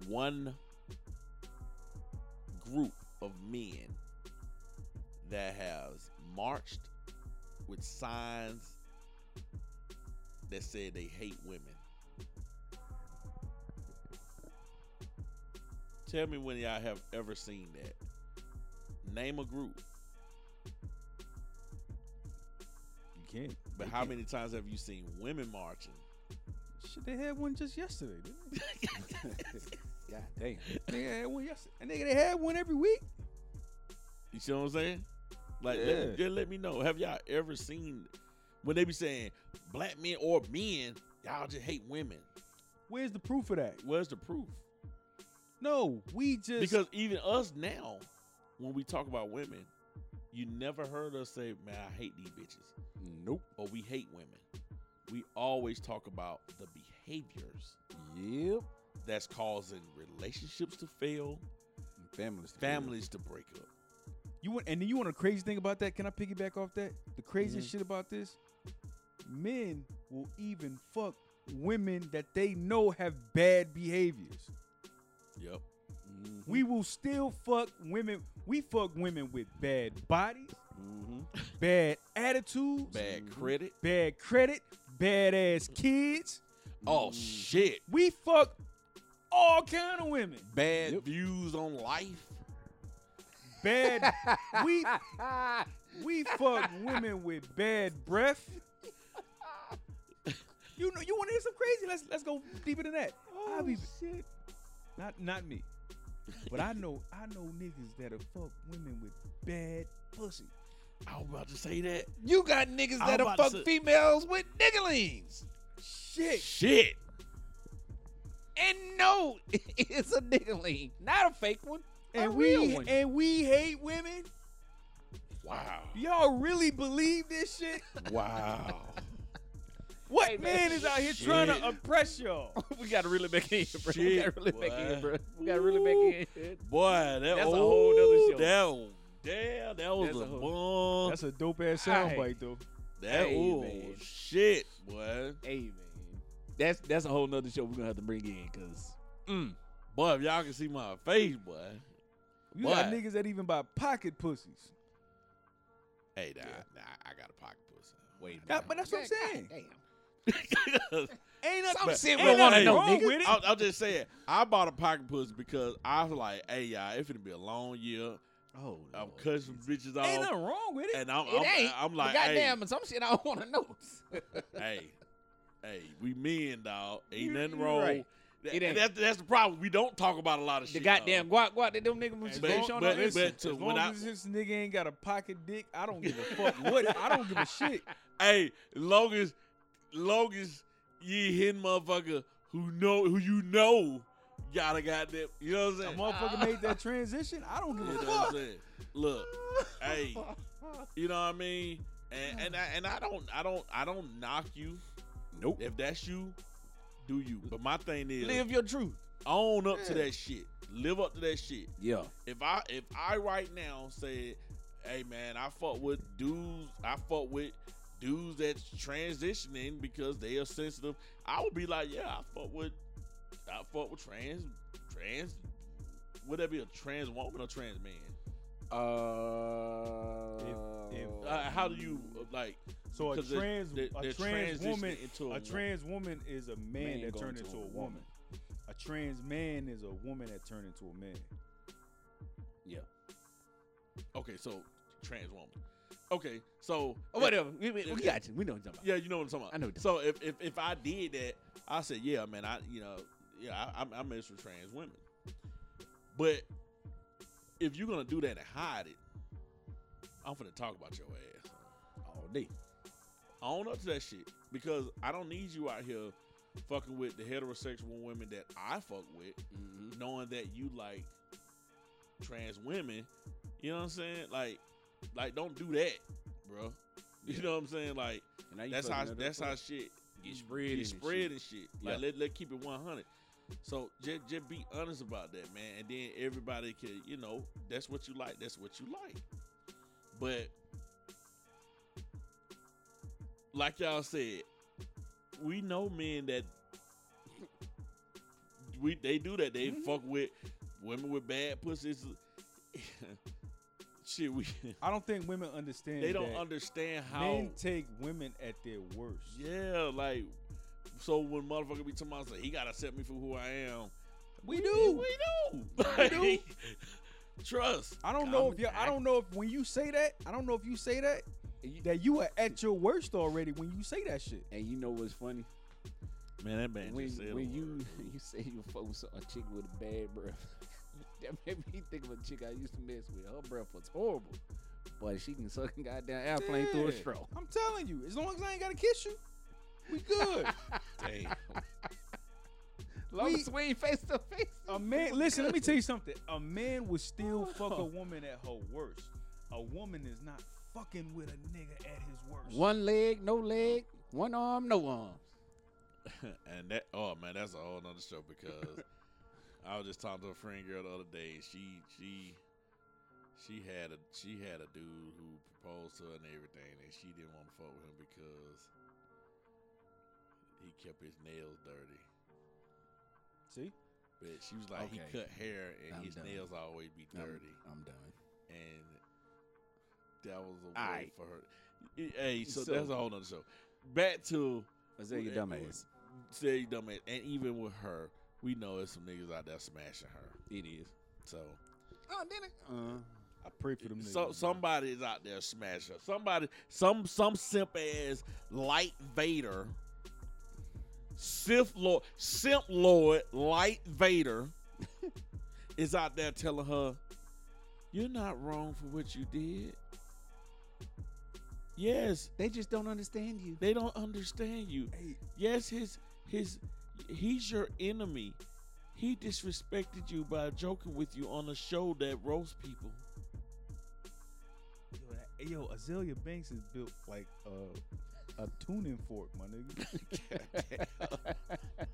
[SPEAKER 1] one group of men that has marched with signs that said they hate women. Tell me when y'all have ever seen that. Name a group.
[SPEAKER 3] You can't.
[SPEAKER 1] But how many times have you seen women marching?
[SPEAKER 3] Shit, they had one just yesterday, didn't
[SPEAKER 2] God damn.
[SPEAKER 3] they? they had one yesterday. And nigga, they had one every week.
[SPEAKER 1] You see what I'm saying? Like,
[SPEAKER 3] Yeah.
[SPEAKER 1] let, just let me know. Have y'all ever seen when they be saying black men or men, y'all just hate women?
[SPEAKER 3] Where's the proof of that?
[SPEAKER 1] Where's the proof?
[SPEAKER 3] No, we just
[SPEAKER 1] Because even us now, when we talk about women, you never heard us say, "Man, I hate these bitches,"
[SPEAKER 2] Nope.
[SPEAKER 1] or "We hate women." We always talk about the behaviors
[SPEAKER 2] Yep.
[SPEAKER 1] that's causing relationships to fail,
[SPEAKER 2] Families. together.
[SPEAKER 1] families to break up.
[SPEAKER 3] you want, and then you want a crazy thing about that. Can I piggyback off that? The
[SPEAKER 1] Mm-hmm.
[SPEAKER 3] craziest
[SPEAKER 2] Mhm.
[SPEAKER 3] shit about this, men will even fuck women that they know have bad behaviors.
[SPEAKER 1] Yep.
[SPEAKER 2] Mhm.
[SPEAKER 1] Mm.
[SPEAKER 3] We will still fuck women. We fuck women with bad bodies,
[SPEAKER 2] Mhm.
[SPEAKER 3] bad attitudes,
[SPEAKER 1] Bad
[SPEAKER 2] Mhm.
[SPEAKER 1] credit.
[SPEAKER 3] bad credit, bad ass kids.
[SPEAKER 1] Oh
[SPEAKER 3] Mm-hmm.
[SPEAKER 2] Mhm.
[SPEAKER 1] shit.
[SPEAKER 3] We fuck all kind of women.
[SPEAKER 1] Bad
[SPEAKER 2] Yep.
[SPEAKER 1] views on life.
[SPEAKER 3] Bad. we we fuck women with bad breath. You know, you want to hear some crazy? Let's let's go deeper than that.
[SPEAKER 2] Oh,
[SPEAKER 3] I be shit. Not not me, but I know I know niggas that'll fuck women with bad pussy.
[SPEAKER 1] I was about to say that.
[SPEAKER 2] You got niggas
[SPEAKER 1] I'm
[SPEAKER 2] that'll
[SPEAKER 1] about
[SPEAKER 2] fuck
[SPEAKER 1] to-
[SPEAKER 2] females with niggerlings.
[SPEAKER 3] Shit.
[SPEAKER 1] Shit.
[SPEAKER 2] And no, it's a niggerling, not a fake one.
[SPEAKER 3] and
[SPEAKER 2] a
[SPEAKER 3] we
[SPEAKER 2] real one.
[SPEAKER 3] and we hate women.
[SPEAKER 1] Wow.
[SPEAKER 3] Y'all really believe this shit?
[SPEAKER 1] Wow.
[SPEAKER 3] What
[SPEAKER 2] Hey, man.
[SPEAKER 3] man, is out here trying
[SPEAKER 1] Shit.
[SPEAKER 3] to oppress y'all?
[SPEAKER 2] we gotta really back in, bro. we
[SPEAKER 1] Shit,
[SPEAKER 2] gotta really back in,
[SPEAKER 1] boy.
[SPEAKER 2] bro. We gotta really back in.
[SPEAKER 1] Boy, that,
[SPEAKER 2] That's a
[SPEAKER 1] oh,
[SPEAKER 2] whole nother show.
[SPEAKER 1] That one. Damn, that was
[SPEAKER 2] That's
[SPEAKER 1] a,
[SPEAKER 2] a
[SPEAKER 1] bum.
[SPEAKER 3] That's a dope ass
[SPEAKER 2] Aight.
[SPEAKER 3] soundbite though.
[SPEAKER 1] that
[SPEAKER 2] Hey,
[SPEAKER 1] oh
[SPEAKER 2] man.
[SPEAKER 1] shit, boy.
[SPEAKER 2] Hey man, that's that's a whole nother show we're gonna have to bring in because
[SPEAKER 1] Boy, if y'all can see my face, boy.
[SPEAKER 3] You
[SPEAKER 1] What?
[SPEAKER 3] got niggas that even buy pocket pussies.
[SPEAKER 1] Hey, nah,
[SPEAKER 2] Yeah.
[SPEAKER 1] nah, I got a pocket pussy.
[SPEAKER 2] wait,
[SPEAKER 3] That- but that's what I'm saying.
[SPEAKER 1] Damn.
[SPEAKER 3] Ain't nothing,
[SPEAKER 2] Some
[SPEAKER 1] But-
[SPEAKER 2] shit we
[SPEAKER 1] ain't
[SPEAKER 2] don't want to
[SPEAKER 1] nothing
[SPEAKER 2] know,
[SPEAKER 3] wrong
[SPEAKER 2] nigga.
[SPEAKER 3] with it.
[SPEAKER 1] I'll, I'll just say it. I bought a pocket pussy because I was like, hey, y'all, it's gonna be a long year.
[SPEAKER 2] Oh,
[SPEAKER 1] I'm
[SPEAKER 2] Lord.
[SPEAKER 1] cutting some bitches off.
[SPEAKER 3] Ain't nothing wrong with it.
[SPEAKER 1] and I'm,
[SPEAKER 2] It
[SPEAKER 1] I'm,
[SPEAKER 2] ain't.
[SPEAKER 1] I'm
[SPEAKER 2] but
[SPEAKER 1] like,
[SPEAKER 2] goddamn, some shit I don't want to know.
[SPEAKER 1] hey, hey, hey, we men, dog. Ain't
[SPEAKER 3] You-
[SPEAKER 1] nothing
[SPEAKER 3] you
[SPEAKER 1] wrong.
[SPEAKER 2] right.
[SPEAKER 1] That-
[SPEAKER 2] It ain't.
[SPEAKER 1] That's, that's the problem. We don't talk about a lot of
[SPEAKER 2] the
[SPEAKER 1] shit.
[SPEAKER 2] goddamn
[SPEAKER 1] dog.
[SPEAKER 2] guac guac that them niggas was
[SPEAKER 3] As
[SPEAKER 1] but-
[SPEAKER 2] showing
[SPEAKER 3] long-
[SPEAKER 2] on
[SPEAKER 1] but-
[SPEAKER 2] that
[SPEAKER 3] listen,
[SPEAKER 1] but to
[SPEAKER 3] as
[SPEAKER 1] when
[SPEAKER 3] long
[SPEAKER 1] I-
[SPEAKER 3] as this nigga ain't got a pocket dick, I don't give a fuck what. I don't give a shit.
[SPEAKER 1] Hey, long as, long as you hitting motherfucker who know who you know, got a goddamn. You know what I'm
[SPEAKER 3] A
[SPEAKER 1] saying?
[SPEAKER 3] motherfucker made that transition. I don't give
[SPEAKER 1] you know
[SPEAKER 3] a
[SPEAKER 1] what I'm
[SPEAKER 3] fuck.
[SPEAKER 1] saying? Look, hey, you know what I mean. And and I, and I don't I don't I don't knock you.
[SPEAKER 2] Nope.
[SPEAKER 1] If that's you, do you. But my thing is,
[SPEAKER 2] Live your truth.
[SPEAKER 1] own up to
[SPEAKER 3] Yeah.
[SPEAKER 1] that shit. Live up to that shit.
[SPEAKER 2] Yeah.
[SPEAKER 1] if I if I right now said, "Hey man, I fuck with dudes. I fuck with dudes that's transitioning because they are sensitive," I would be like, "Yeah, I fuck with, I fuck with trans, trans. Would that be a trans woman or trans man?
[SPEAKER 2] Uh,
[SPEAKER 3] if-
[SPEAKER 1] Uh, how do you uh, like?
[SPEAKER 3] So a
[SPEAKER 1] because they're-
[SPEAKER 3] trans,
[SPEAKER 1] they're-
[SPEAKER 3] a
[SPEAKER 1] they're
[SPEAKER 3] trans
[SPEAKER 1] transitioning
[SPEAKER 3] woman,
[SPEAKER 1] into a
[SPEAKER 3] a
[SPEAKER 1] woman.
[SPEAKER 3] trans woman is a man,
[SPEAKER 2] Man
[SPEAKER 3] that
[SPEAKER 2] going
[SPEAKER 3] turned
[SPEAKER 2] to
[SPEAKER 3] into a
[SPEAKER 2] a
[SPEAKER 3] woman.
[SPEAKER 2] woman.
[SPEAKER 3] A trans man is a woman that turned into a man.
[SPEAKER 1] Okay, so trans woman. Okay, so
[SPEAKER 2] Oh, whatever. We, we, we got you. We know what you're talking about.
[SPEAKER 1] Yeah, you know what I'm talking about.
[SPEAKER 2] I know what
[SPEAKER 1] So if, if if I did that, I said, yeah, man, I you know, yeah, I, I, I mess with trans women. But if you're gonna do that and hide it, I'm gonna talk about your ass.
[SPEAKER 2] All day.
[SPEAKER 1] Own up to that shit because I don't need you out here fucking with the heterosexual women that I fuck with,
[SPEAKER 2] Mm-hmm.
[SPEAKER 1] knowing that you like trans women. You know what I'm saying? Like, like don't do that, bro. You know what I'm saying? Like.
[SPEAKER 2] And now you
[SPEAKER 1] That's
[SPEAKER 2] fucking
[SPEAKER 1] how
[SPEAKER 2] another
[SPEAKER 1] that's how
[SPEAKER 2] fuck.
[SPEAKER 1] shit
[SPEAKER 2] You
[SPEAKER 1] get
[SPEAKER 2] spread
[SPEAKER 1] get
[SPEAKER 2] it and
[SPEAKER 1] spread
[SPEAKER 2] shit.
[SPEAKER 1] and shit. Like
[SPEAKER 2] Yeah.
[SPEAKER 1] let let keep it one hundred. So just just be honest about that, man. And then everybody can you know that's what you like. That's what you like. But like y'all said, we know men that we they do that. They
[SPEAKER 2] Mhm.
[SPEAKER 1] fuck with women with bad pussies. shit, we
[SPEAKER 3] I don't think women understand.
[SPEAKER 1] they don't
[SPEAKER 3] that
[SPEAKER 1] understand how
[SPEAKER 3] men take women at their worst.
[SPEAKER 1] yeah, like so when motherfucker be talking about say, he gotta accept me for who I am.
[SPEAKER 3] We do.
[SPEAKER 1] We do.
[SPEAKER 3] We do.
[SPEAKER 1] Like, Trust.
[SPEAKER 3] I don't know
[SPEAKER 1] I'm-
[SPEAKER 3] if you I don't know if when you say that, I don't know if you say that that you are at your worst already when you say that shit.
[SPEAKER 2] And you know what's funny?
[SPEAKER 1] Man, that man
[SPEAKER 2] when
[SPEAKER 1] just said a
[SPEAKER 2] when you
[SPEAKER 1] word.
[SPEAKER 2] you say you fuck with some- a chick with a bad breath, that made me think of a chick I used to mess with. Her breath was horrible, Boy, she can suck a goddamn airplane through a
[SPEAKER 3] Yeah.
[SPEAKER 2] straw.
[SPEAKER 3] I'm telling you, as long as I ain't gotta kiss you, we good.
[SPEAKER 1] Damn.
[SPEAKER 2] Long
[SPEAKER 3] We-
[SPEAKER 2] as we ain't face to face.
[SPEAKER 3] a man, listen, let me tell you something. A man would still fuck a woman at her worst. A woman is not fucking with a nigga at his worst.
[SPEAKER 2] One leg, no leg. One arm, no arm.
[SPEAKER 1] and that oh man, that's a whole nother show because I was just talking to a friend girl the other day. and She she she had a she had a dude who proposed to her and everything, and she didn't want to fuck with him because he kept his nails dirty.
[SPEAKER 3] See,
[SPEAKER 1] But she was like,
[SPEAKER 2] Okay.
[SPEAKER 1] he cut hair and
[SPEAKER 2] I'm
[SPEAKER 1] his
[SPEAKER 2] done.
[SPEAKER 1] nails always be
[SPEAKER 2] I'm,
[SPEAKER 1] dirty,
[SPEAKER 2] I'm done.
[SPEAKER 1] and that was a way
[SPEAKER 2] Aight.
[SPEAKER 1] for her. Hey, so,
[SPEAKER 2] So-
[SPEAKER 1] that's a whole nother show. Back to
[SPEAKER 2] Azalea
[SPEAKER 1] Well,
[SPEAKER 2] dumbass.
[SPEAKER 1] say you dumb ass. And even with her, we know there's some niggas out there smashing her.
[SPEAKER 2] It is.
[SPEAKER 1] So,
[SPEAKER 2] Oh, then it. Uh,
[SPEAKER 3] I pray for them.
[SPEAKER 1] so
[SPEAKER 3] niggas, man.
[SPEAKER 1] somebody is out there smashing her. Somebody, some some simp ass light Vader, Sith Lord, simp Lord, light Vader, is out there telling her, "You're not wrong for what you did." Yes,
[SPEAKER 2] they just don't understand you.
[SPEAKER 1] they don't understand you.
[SPEAKER 3] Hey,
[SPEAKER 1] Yes, his his he's your enemy. He disrespected you by joking with you on a show that roasts people.
[SPEAKER 3] yo, that- yo, Azalea Banks is built like a a tuning fork, my nigga.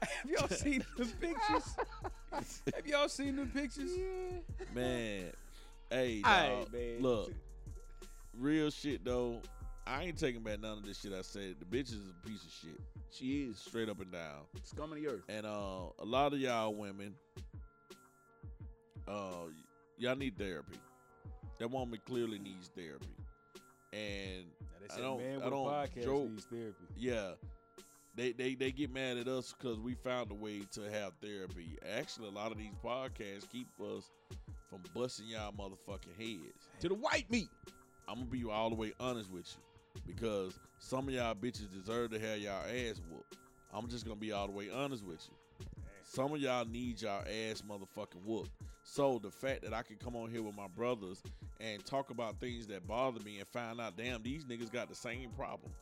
[SPEAKER 3] Have y'all seen the pictures? Have y'all seen the pictures?
[SPEAKER 1] Man, hey,
[SPEAKER 3] Aight,
[SPEAKER 1] dawg,
[SPEAKER 3] man.
[SPEAKER 1] look, real shit though. I ain't taking back none of this shit I said. The bitch is a piece of shit,
[SPEAKER 2] She is
[SPEAKER 1] straight up and down.
[SPEAKER 2] scum of the earth.
[SPEAKER 1] And uh, a lot of y'all women, uh, y'all need therapy. That woman clearly needs therapy. And
[SPEAKER 3] Now, they
[SPEAKER 1] I
[SPEAKER 3] said
[SPEAKER 1] don't-
[SPEAKER 3] man
[SPEAKER 1] I
[SPEAKER 3] with a
[SPEAKER 1] don't
[SPEAKER 3] podcast
[SPEAKER 1] joke.
[SPEAKER 3] needs therapy.
[SPEAKER 1] yeah they, they they get mad at us because we found a way to have therapy actually a lot of these podcasts keep us from busting y'all motherfucking heads
[SPEAKER 2] To the white meat.
[SPEAKER 1] i'm gonna be all the way honest with you because some of y'all bitches deserve to have y'all ass whooped i'm just gonna be all the way honest with you some of y'all need y'all ass motherfucking whooped so the fact that i can come on here with my brothers and talk about things that bother me and find out damn these niggas got the same problem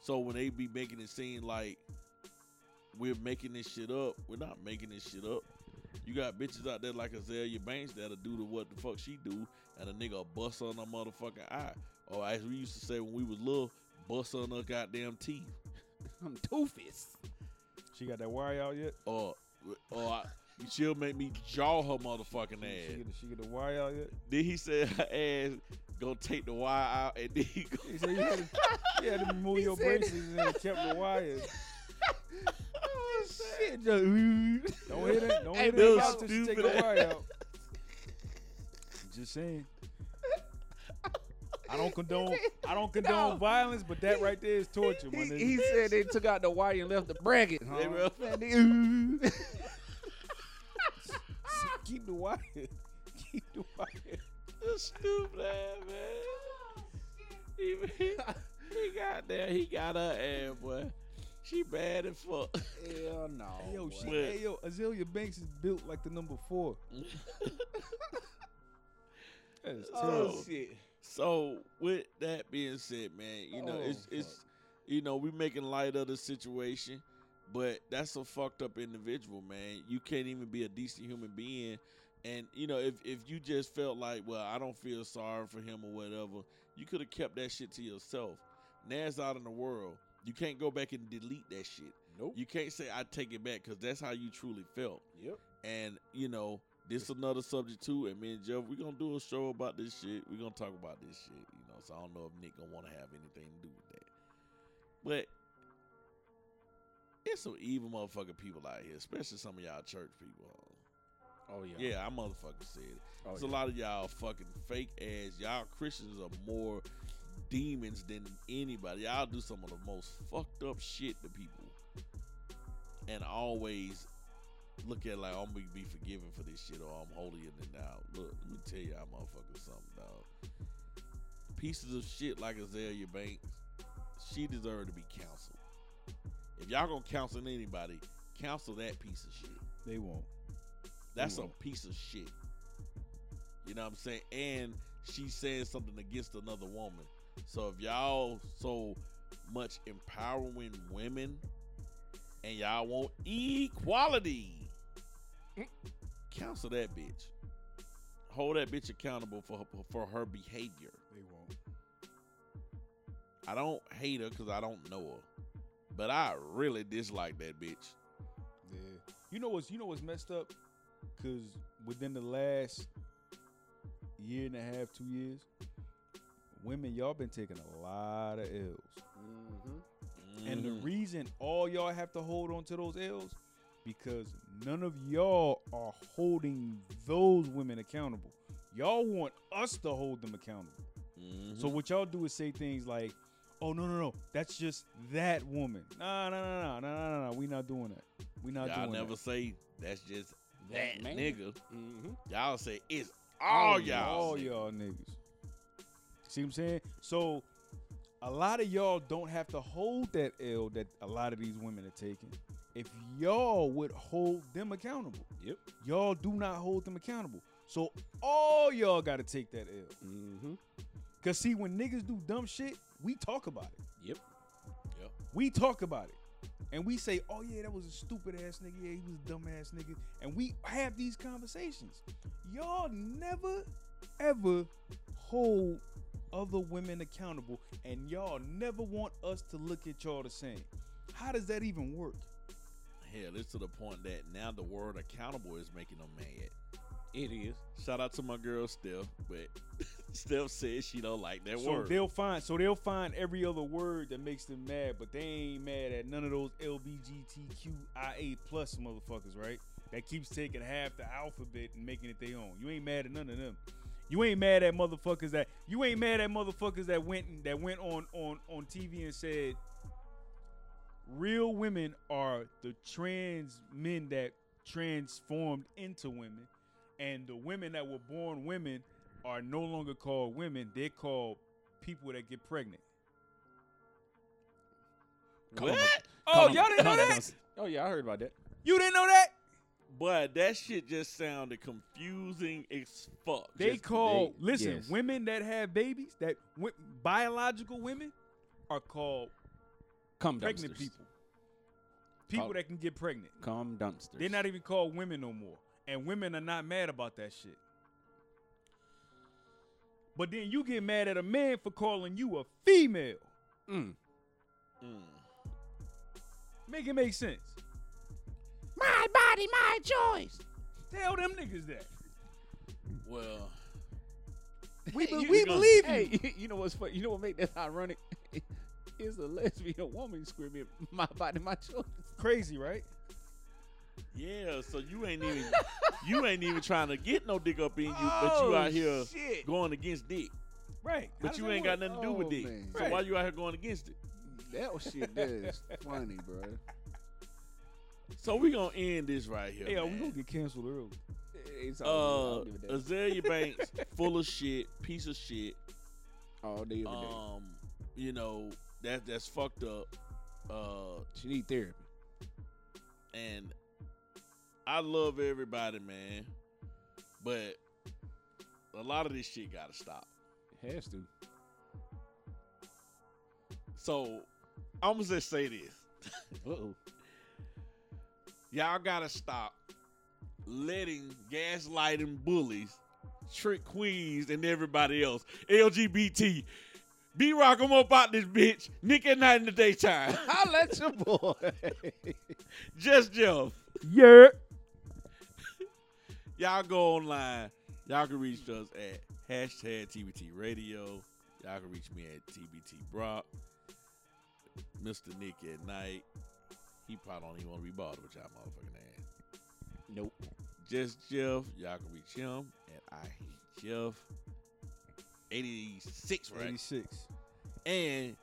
[SPEAKER 1] so when they be making it seem like we're making this shit up, we're not making this shit up. You got bitches out there like Azalea Banks that'll do the what the fuck she do, and a nigga will bust on her motherfucking eye. Or as we used to say when we was little, bust on her goddamn teeth.
[SPEAKER 2] I'm toothless.
[SPEAKER 3] She got that wire out yet?
[SPEAKER 1] Or or I, she'll make me jaw her motherfucking
[SPEAKER 3] She- She,
[SPEAKER 1] ass.
[SPEAKER 3] get, she get the wire out yet?
[SPEAKER 1] Then he said her ass gonna take the wire out and then he go
[SPEAKER 3] He said you had to, you had to remove your
[SPEAKER 2] said-
[SPEAKER 3] braces and kept the wires.
[SPEAKER 2] Oh, shit.
[SPEAKER 3] Don't hit it. Don't
[SPEAKER 2] Hey,
[SPEAKER 3] hit
[SPEAKER 1] those
[SPEAKER 3] it. Out just take the
[SPEAKER 1] stupid-
[SPEAKER 3] wire out. Just saying. I don't condone. I don't condone
[SPEAKER 2] No.
[SPEAKER 3] violence, but that right there is torture, my
[SPEAKER 2] He,
[SPEAKER 3] nigga.
[SPEAKER 2] he said they took out the wire and left the bracket. Huh?
[SPEAKER 1] Hey, bro.
[SPEAKER 2] Man, they-
[SPEAKER 3] Keep the wire. Keep the wire.
[SPEAKER 1] stupid ass man. He, he, he got there, he got her ass, boy. She bad as fuck.
[SPEAKER 2] Hell no.
[SPEAKER 3] Yo, she,
[SPEAKER 2] Oh, boy.
[SPEAKER 1] What?
[SPEAKER 3] hey, yo, Azalea Banks is built like the number four. That is terrible.
[SPEAKER 2] Oh, shit.
[SPEAKER 1] So with that being said, man, you know
[SPEAKER 2] Oh,
[SPEAKER 1] it's it's you know we making light of the situation, but that's a fucked up individual, man. You can't even be a decent human being, and you know if if you just felt like, well, I don't feel sorry for him or whatever, you could have kept that shit to yourself. Now it's out in the world. You can't go back and delete that shit.
[SPEAKER 2] Nope.
[SPEAKER 1] You can't say I take it back because that's how you truly felt.
[SPEAKER 2] Yep.
[SPEAKER 1] And you know, this another subject too. And me and Jeff, we're gonna do a show about this shit. We're gonna talk about this shit. You know, so I don't know if Nick gonna want to have anything to do with that. But it's some evil motherfucking people out here, especially some of y'all church people.
[SPEAKER 2] Oh,
[SPEAKER 1] Yeah, I motherfucking said it.
[SPEAKER 2] Oh,
[SPEAKER 1] There's
[SPEAKER 2] yeah.
[SPEAKER 1] a lot of y'all fucking fake ass. Y'all Christians are more demons than anybody. Y'all do some of the most fucked up shit to people, and always look at like I'm gonna be forgiven for this shit or I'm holier than thou. Look, let me tell y'all, motherfuckers, something, dog. Pieces of shit like Azalea Banks, she deserved to be counseled. If y'all gonna counsel anybody, counsel that piece of shit.
[SPEAKER 3] They won't.
[SPEAKER 1] That's a
[SPEAKER 2] won't.
[SPEAKER 1] piece of shit. You know what I'm saying? And she's saying something against another woman. So if y'all so much empowering women and y'all want equality, counsel that bitch. Hold that bitch accountable for her, for her behavior.
[SPEAKER 3] They won't.
[SPEAKER 1] I don't hate her because I don't know her, but I really dislike that bitch.
[SPEAKER 3] Yeah. You know what's you know what's messed up? Cause within the last year and a half, two years, women, y'all been taking a lot of L's.
[SPEAKER 2] Mm-hmm,
[SPEAKER 3] And the
[SPEAKER 1] Mhm.
[SPEAKER 3] reason all y'all have to hold on to those L's because none of y'all are holding those women accountable. Y'all want us to hold them accountable.
[SPEAKER 1] Mhm.
[SPEAKER 3] So what y'all do is say things like, "Oh no no no, that's just that woman." Nah nah nah nah nah nah nah. nah. We not doing that. We not
[SPEAKER 1] y'all
[SPEAKER 3] doing
[SPEAKER 1] never
[SPEAKER 3] that.
[SPEAKER 1] say that's just
[SPEAKER 2] That
[SPEAKER 1] that,
[SPEAKER 2] man.
[SPEAKER 1] nigga.
[SPEAKER 2] Mm-hmm.
[SPEAKER 1] Y'all say it's
[SPEAKER 3] Oh,
[SPEAKER 1] all y'all.
[SPEAKER 3] All y'all niggas. See what I'm saying? So a lot of y'all don't have to hold that L that a lot of these women are taking. If y'all would hold them accountable.
[SPEAKER 1] Yep.
[SPEAKER 3] Y'all do not hold them accountable. So all y'all gotta take that L.
[SPEAKER 2] Mm-hmm.
[SPEAKER 3] Cause see, when niggas do dumb shit, we talk about it.
[SPEAKER 2] Yep.
[SPEAKER 1] Yep.
[SPEAKER 3] We talk about it. And we say, oh yeah, that was a stupid ass nigga. Yeah, he was a dumb ass nigga. And we have these conversations. Y'all never ever hold other women accountable. And y'all never want us to look at y'all the same. How does that even work?
[SPEAKER 1] Hell, it's to the point that now the word accountable is making them mad.
[SPEAKER 2] It is.
[SPEAKER 1] Shout out to my girl Steph, but Steph says she don't like that
[SPEAKER 3] so
[SPEAKER 1] word.
[SPEAKER 3] they'll find so they'll find every other word that makes them mad, but they ain't mad at none of those LBGTQIA plus motherfuckers, right? That keeps taking half the alphabet and making it their own. You ain't mad at none of them. You ain't mad at motherfuckers that you ain't mad at motherfuckers that went and- that went on on on TV and said real women are the trans men that transformed into women and the women that were born women are no longer called women they're called people that get pregnant
[SPEAKER 1] What?
[SPEAKER 3] oh y'all didn't know that
[SPEAKER 2] Oh yeah, I heard about that.
[SPEAKER 3] you didn't know that
[SPEAKER 1] But that shit just sounded confusing as fuck.
[SPEAKER 3] they
[SPEAKER 2] Just-
[SPEAKER 3] call
[SPEAKER 2] they-
[SPEAKER 3] listen
[SPEAKER 2] yes.
[SPEAKER 3] women that have babies that wi- biological women are called
[SPEAKER 2] Come
[SPEAKER 3] pregnant
[SPEAKER 2] dumpsters.
[SPEAKER 3] people people
[SPEAKER 2] Oh.
[SPEAKER 3] that can get pregnant
[SPEAKER 2] Come dumpsters.
[SPEAKER 3] they're not even called women no more and women are not mad about that shit but then you get mad at a man for calling you a female
[SPEAKER 2] Mm.
[SPEAKER 1] Mm.
[SPEAKER 3] make it make sense
[SPEAKER 2] My body, my choice.
[SPEAKER 3] tell them niggas that
[SPEAKER 1] Well,
[SPEAKER 2] We,
[SPEAKER 1] be- we believe
[SPEAKER 2] you. Hey, you know what's funny? You know what make that ironic? Is a lesbian woman screaming, "My body, my choice."
[SPEAKER 3] crazy right
[SPEAKER 1] yeah. So you ain't even you ain't even trying to get no dick up in you, but
[SPEAKER 3] Oh,
[SPEAKER 1] you out here
[SPEAKER 2] shit.
[SPEAKER 1] going against dick.
[SPEAKER 3] right How
[SPEAKER 1] But
[SPEAKER 3] does
[SPEAKER 1] you
[SPEAKER 3] that
[SPEAKER 1] ain't
[SPEAKER 3] work?
[SPEAKER 1] got nothing to do with
[SPEAKER 2] Oh,
[SPEAKER 1] dick.
[SPEAKER 2] man.
[SPEAKER 1] So why
[SPEAKER 3] Right.
[SPEAKER 1] you out here going against it?
[SPEAKER 2] That was shit. That is funny, bro.
[SPEAKER 1] So we gonna end this right here.
[SPEAKER 3] Hey, are we
[SPEAKER 1] man.
[SPEAKER 3] gonna get canceled early?
[SPEAKER 2] It's all,
[SPEAKER 1] uh,
[SPEAKER 2] good. I don't give a damn.
[SPEAKER 1] Azalea Banks, full of shit, piece of shit.
[SPEAKER 2] all day, every day.
[SPEAKER 1] Um, you know that that's fucked up. Uh,
[SPEAKER 2] she need therapy.
[SPEAKER 1] and I love everybody, man, but a lot of this shit gotta stop.
[SPEAKER 2] Has to.
[SPEAKER 1] So I'm gonna just say this:
[SPEAKER 2] Uh oh.
[SPEAKER 1] y'all gotta stop letting gaslighting bullies trick queens and everybody else LGBT. B Rock, I'm up out this bitch. Nick at night in the daytime.
[SPEAKER 2] I let your boy.
[SPEAKER 1] Just Jeff.
[SPEAKER 3] Yeah.
[SPEAKER 1] Y'all go online. Y'all can reach us at hashtag TBT Radio. Y'all can reach me at TBT Brock. Mr. Nick at night. He probably don't even want to be bothered with y'all motherfucking ass.
[SPEAKER 2] nope.
[SPEAKER 1] Just Jeff. Y'all can reach him at I Hate Jeff. 86, right?
[SPEAKER 3] 86.
[SPEAKER 1] And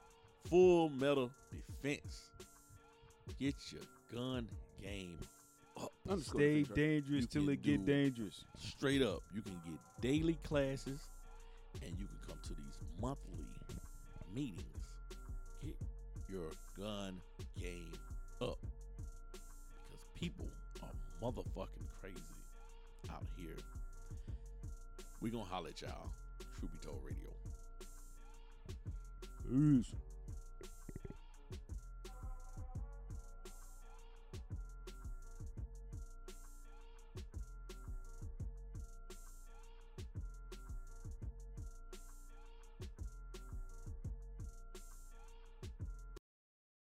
[SPEAKER 1] Full Metal Defense. Get your gun game up.
[SPEAKER 2] Underscore
[SPEAKER 3] Stay
[SPEAKER 2] things, right?
[SPEAKER 3] dangerous
[SPEAKER 1] You
[SPEAKER 3] till
[SPEAKER 1] can
[SPEAKER 3] it get
[SPEAKER 1] do-
[SPEAKER 3] dangerous.
[SPEAKER 1] straight up. You can get daily classes and you can come to these monthly meetings. Get your gun game up because people are motherfucking crazy out here. we going to holler at y'all. Truth Be Told Radio.
[SPEAKER 3] Peace.